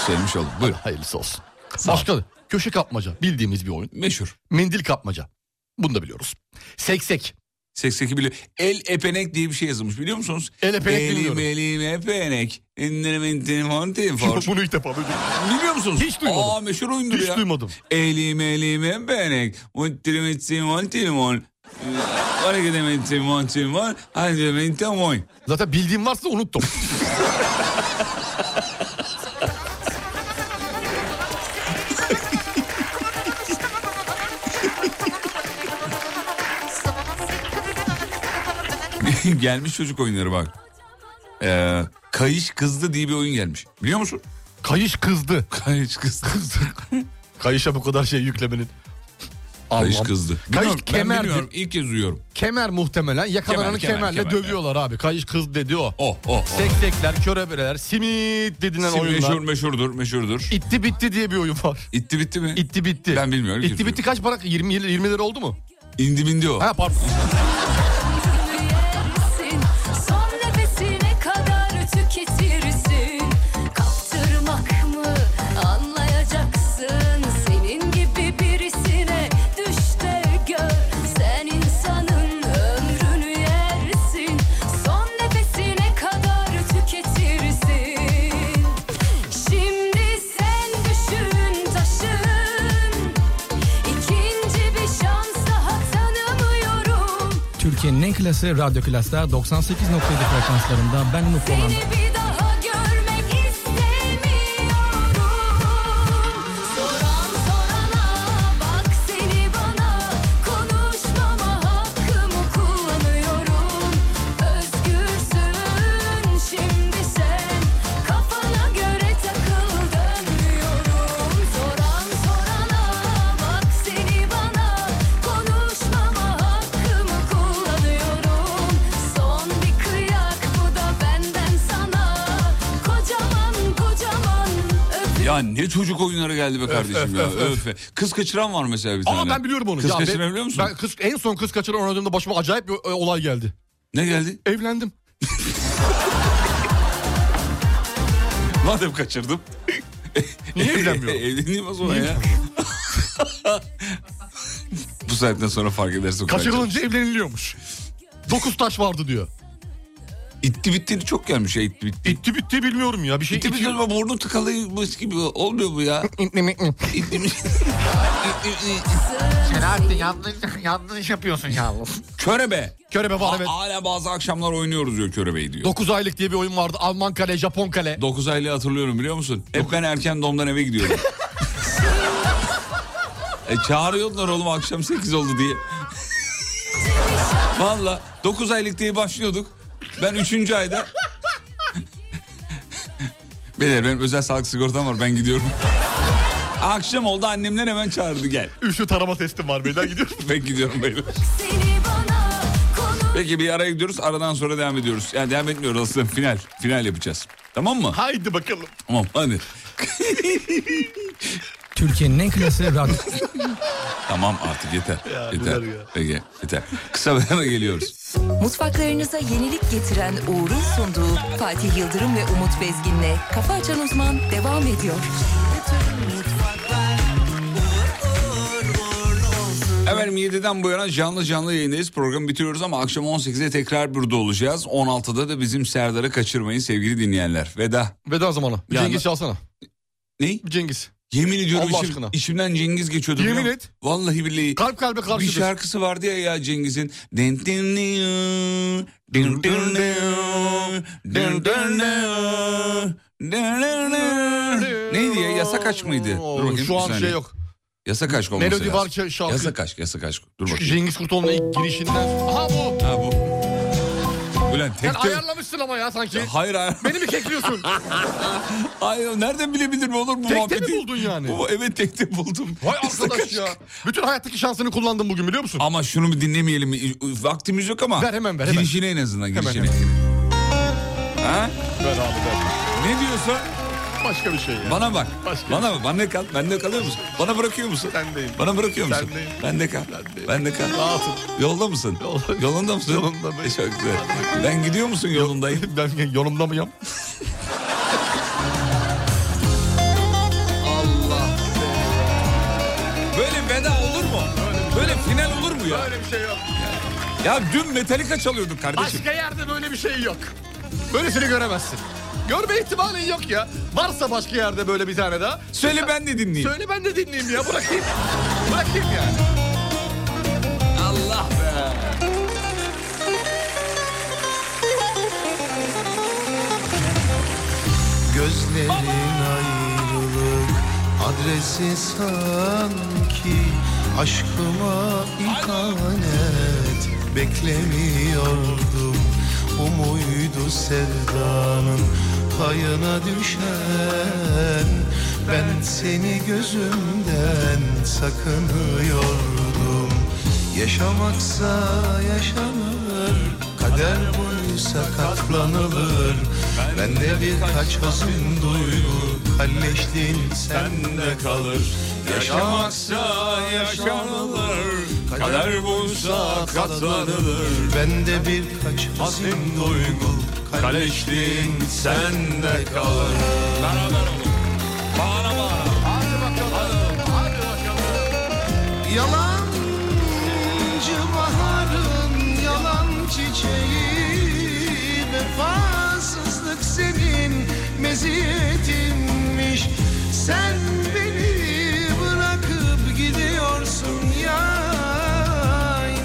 Speaker 6: söylemiş oldum. Buyurun.
Speaker 7: Hayırlısı olsun. Başka köşe kapmaca bildiğimiz bir oyun.
Speaker 6: Meşhur.
Speaker 7: Mendil kapmaca. Bunu da biliyoruz. Seksek.
Speaker 6: Sekseki biliyor. El epenek diye bir şey yazılmış biliyor musunuz?
Speaker 7: El epenek
Speaker 6: elim,
Speaker 7: bilmiyorum.
Speaker 6: Elim epenek. İndirim intirim hontim
Speaker 7: Yok,
Speaker 6: for.
Speaker 7: Bunu ilk defa duydum.
Speaker 6: Biliyor musunuz?
Speaker 7: Hiç duymadım.
Speaker 6: Aa meşhur oyundur
Speaker 7: Hiç
Speaker 6: ya.
Speaker 7: duymadım.
Speaker 6: Elim elim epenek. İndirim intirim hontim for. Hareket intirim hontim for. Hareket intirim on.
Speaker 7: Zaten bildiğim varsa unuttum.
Speaker 6: gelmiş çocuk oyunları bak. Ee, kayış kızdı diye bir oyun gelmiş. Biliyor musun?
Speaker 7: Kayış kızdı.
Speaker 6: Kayış kızdı.
Speaker 7: Kayışa bu kadar şey yüklemenin.
Speaker 6: Kayış
Speaker 7: Anlam.
Speaker 6: kızdı.
Speaker 7: Kayış
Speaker 6: Bilmiyorum, ben
Speaker 7: kemer,
Speaker 6: bilmiyorum. İlk kez duyuyorum.
Speaker 7: kemer muhtemelen yakalananı
Speaker 6: Kemer, kemer,
Speaker 7: kemerle
Speaker 6: kemer,
Speaker 7: dövüyorlar abi. Kayış kız dedi o.
Speaker 6: Oh, oh, oh.
Speaker 7: Seksekler, körebeler, simit dedilen
Speaker 6: Sim-
Speaker 7: oyunlar.
Speaker 6: Meşhur meşhurdur meşhurdur.
Speaker 7: İtti bitti diye bir oyun var.
Speaker 6: İtti bitti mi?
Speaker 7: İtti bitti.
Speaker 6: Ben bilmiyorum. ki.
Speaker 7: İtti bitti kaç para? 20, 20 lira oldu mu?
Speaker 6: İndi bindi o.
Speaker 7: Ha pardon.
Speaker 16: Yersin, Son nefesine kadar tüketirsin Kaptırmak mı anlayacaksın Senin gibi birisine düş de gör Sen insanın ömrünü yersin Son nefesine kadar tüketirsin Şimdi sen düşün taşın İkinci bir şans daha tanımıyorum
Speaker 22: Türkiye'nin en klası Radyo Klas'ta 98.7 frekanslarında ben Umut Bolan.
Speaker 16: Seni bir daha görmek istemiyorum. Soran sorana bak seni bana konuşmama hakkımı kullanıyorum. Özgürsün şimdi sen kafana göre takıl dönmüyorum. Soran sorana bak seni bana konuşmama hakkımı kullanıyorum. Son bir kıyak bu da benden sana kocaman kocaman öpüyorum.
Speaker 6: Ya ne çocuk oyunları geldi be kardeşim
Speaker 7: öf,
Speaker 6: ya.
Speaker 7: öf,
Speaker 6: Öf,
Speaker 7: öf.
Speaker 6: Kız kaçıran var mesela bir tane.
Speaker 7: Ama ben biliyorum onu.
Speaker 6: Kız
Speaker 7: Ya ben-
Speaker 6: kaçıran biliyor musun?
Speaker 7: Ben kız, en son kız kaçıran oynadığımda başıma acayip bir e, olay geldi.
Speaker 6: Ne geldi?
Speaker 7: Evlendim.
Speaker 6: Madem kaçırdım.
Speaker 7: Niye evlenmiyorum?
Speaker 6: Evleneyim o zaman ya. Bu saatten sonra fark edersin.
Speaker 7: Kaçırılınca evleniliyormuş. Dokuz taş vardı diyor.
Speaker 6: İtti bitti çok gelmiş ya itti bitti.
Speaker 7: İtti bitti bilmiyorum ya. Bir şey
Speaker 6: İtti bitti ama burnu tıkalıymış gibi olmuyor bu ya. İtti bitti.
Speaker 7: Selahattin yanlış, yanlış yapıyorsun yalnız.
Speaker 6: Körebe.
Speaker 7: Körebe var evet.
Speaker 6: Ha- Hala bazı akşamlar oynuyoruz diyor körebeyi diyor.
Speaker 7: 9 aylık diye bir oyun vardı. Alman kale, Japon kale.
Speaker 6: 9 aylığı hatırlıyorum biliyor musun? Hep ben erken doğumdan eve gidiyorum. e çağırıyordular oğlum akşam 8 oldu diye. Valla 9 aylık diye başlıyorduk. Ben 3. ayda... Beyler benim özel sağlık sigortam var ben gidiyorum. Akşam oldu annemler hemen çağırdı gel.
Speaker 7: Üçlü tarama testim var beyler gidiyorum.
Speaker 6: ben gidiyorum beyler. Peki bir araya gidiyoruz aradan sonra devam ediyoruz. Yani devam etmiyoruz aslında final. Final yapacağız. Tamam mı?
Speaker 7: Haydi bakalım.
Speaker 6: Tamam hadi.
Speaker 3: Türkiye'nin en klası radyo...
Speaker 6: Tamam artık yeter. yeter. Ege, yeter. Kısa bir ara geliyoruz.
Speaker 1: Mutfaklarınıza yenilik getiren Uğur'un sunduğu Fatih Yıldırım ve Umut Bezgin'le Kafa Açan Uzman devam ediyor.
Speaker 6: Efendim 7'den bu yana canlı canlı yayındayız. Programı bitiriyoruz ama akşam 18'de tekrar burada olacağız. 16'da da bizim Serdar'ı kaçırmayın sevgili dinleyenler. Veda.
Speaker 7: Veda zamanı. Bir Cengiz çalsana.
Speaker 6: Ne?
Speaker 7: Cengiz.
Speaker 6: Yemin ediyorum
Speaker 7: Allah
Speaker 6: içim-
Speaker 7: aşkına.
Speaker 6: içimden Cengiz geçiyordu. biliyor
Speaker 7: Yemin
Speaker 6: musun? Vallahi billahi.
Speaker 7: Kalp kalbe karşıdır.
Speaker 6: Bir şarkısı vardı ya ya Cengiz'in. Dın dın dın, dın dın dın, dın dın dın, dın dın dın. Neydi ya yasak aşk mıydı? Dur bakayım,
Speaker 7: Şu
Speaker 6: bir
Speaker 7: an
Speaker 6: saniye.
Speaker 7: şey yok.
Speaker 6: Yasak aşk olması
Speaker 7: Melodi
Speaker 6: lazım.
Speaker 7: var ki şarkı.
Speaker 6: Yasak aşk yasak aşk. Dur
Speaker 7: Çünkü
Speaker 6: bakayım.
Speaker 7: Cengiz Kurtoğlu'nun ilk girişinden. Aha bu.
Speaker 6: Ha bu. Ulan tek
Speaker 7: Sen
Speaker 6: tek.
Speaker 7: ayarlamışsın ama ya sanki.
Speaker 6: Ya hayır hayır.
Speaker 7: Beni mi kekliyorsun?
Speaker 6: Hayır nereden bilebilir mi olur mu
Speaker 7: Tekte mi
Speaker 6: muhabbeti?
Speaker 7: buldun yani?
Speaker 6: Bu, evet tekte buldum.
Speaker 7: Vay arkadaş ya. Bütün hayattaki şansını kullandın bugün biliyor musun?
Speaker 6: Ama şunu bir dinlemeyelim. mi? Vaktimiz yok ama.
Speaker 7: Ver hemen, ver hemen.
Speaker 6: Girişine en azından
Speaker 7: Hemen,
Speaker 6: girişine. Ha?
Speaker 7: Ver abi ver.
Speaker 6: Ne diyorsun?
Speaker 7: Başka bir şey ya.
Speaker 6: Bana bak.
Speaker 7: Başka
Speaker 6: bana bak. Bana kal. Bende kalıyor musun? Bana bırakıyor musun?
Speaker 7: Sendeyim.
Speaker 6: Bana bırakıyor musun?
Speaker 7: Sendeyim.
Speaker 6: Bende kal. Bende kal. Yolda mısın? Yolunda mısın? Yolunda. Çok güzel. Ben gidiyor musun yolundayım?
Speaker 7: Ben yolumda mıyım?
Speaker 6: Böyle veda olur mu? Böyle final olur mu ya?
Speaker 7: Böyle bir şey yok.
Speaker 6: Ya dün Metallica çalıyorduk kardeşim.
Speaker 7: Başka yerde böyle bir şey yok. Böylesini göremezsin. Görme ihtimalin yok ya. Varsa başka yerde böyle bir tane daha.
Speaker 6: Söyle ben de dinleyeyim.
Speaker 7: Söyle ben de dinleyeyim ya bırakayım. bırakayım ya.
Speaker 6: Allah be.
Speaker 15: Gözlerin ayrılık adresi sanki Aşkıma ihanet beklemiyordum Bu muydu sevdanın payına düşen Ben seni gözümden sakınıyordum Yaşamaksa yaşanır Kader buysa katlanılır Bende birkaç hazin duygu Kalleştin sende kalır Yaşamaksa yaşanılır Kader buysa katlanılır Bende birkaç hazin duygu Kalleştin sende kalır
Speaker 6: Beraber olun. Bağıra bağıra.
Speaker 15: Hadi bakalım. Hadi bakalım. Yalancı baharın yalan çiçeği Vefasızlık senin meziyetinmiş Sen beni bırakıp gidiyorsun ya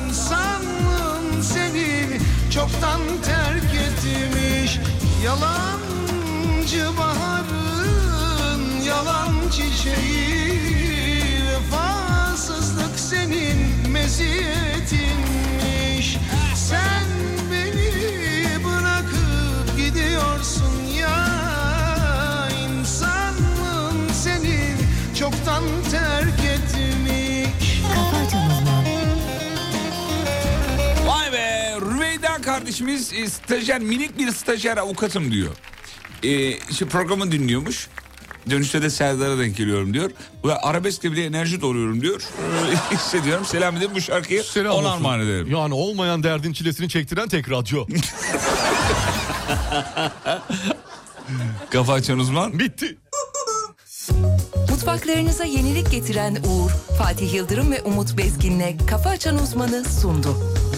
Speaker 15: İnsanlığın seni çoktan terk etmiş Yalancı baharın yalan çiçeği Vefasızlık senin meziyetinmiş Sen beni bırakıp gidiyorsun ya İnsanlığın seni çoktan terk etmiş
Speaker 6: Vay be Rüveyda kardeşimiz e, stajyer minik bir stajyer avukatım diyor. E, işte programı dinliyormuş. Dönüşte de Serdar'a denk geliyorum diyor. Ve arabeskle bile enerji doluyorum diyor. E, hissediyorum. Selam edin bu şarkıyı
Speaker 7: Selam
Speaker 6: ona
Speaker 7: olsun.
Speaker 6: armağan ederim.
Speaker 7: Yani olmayan derdin çilesini çektiren tek radyo.
Speaker 6: Kafa açan uzman.
Speaker 7: Bitti.
Speaker 1: Mutfaklarınıza yenilik getiren Uğur, Fatih Yıldırım ve Umut Bezgin'le Kafa Açan Uzman'ı sundu.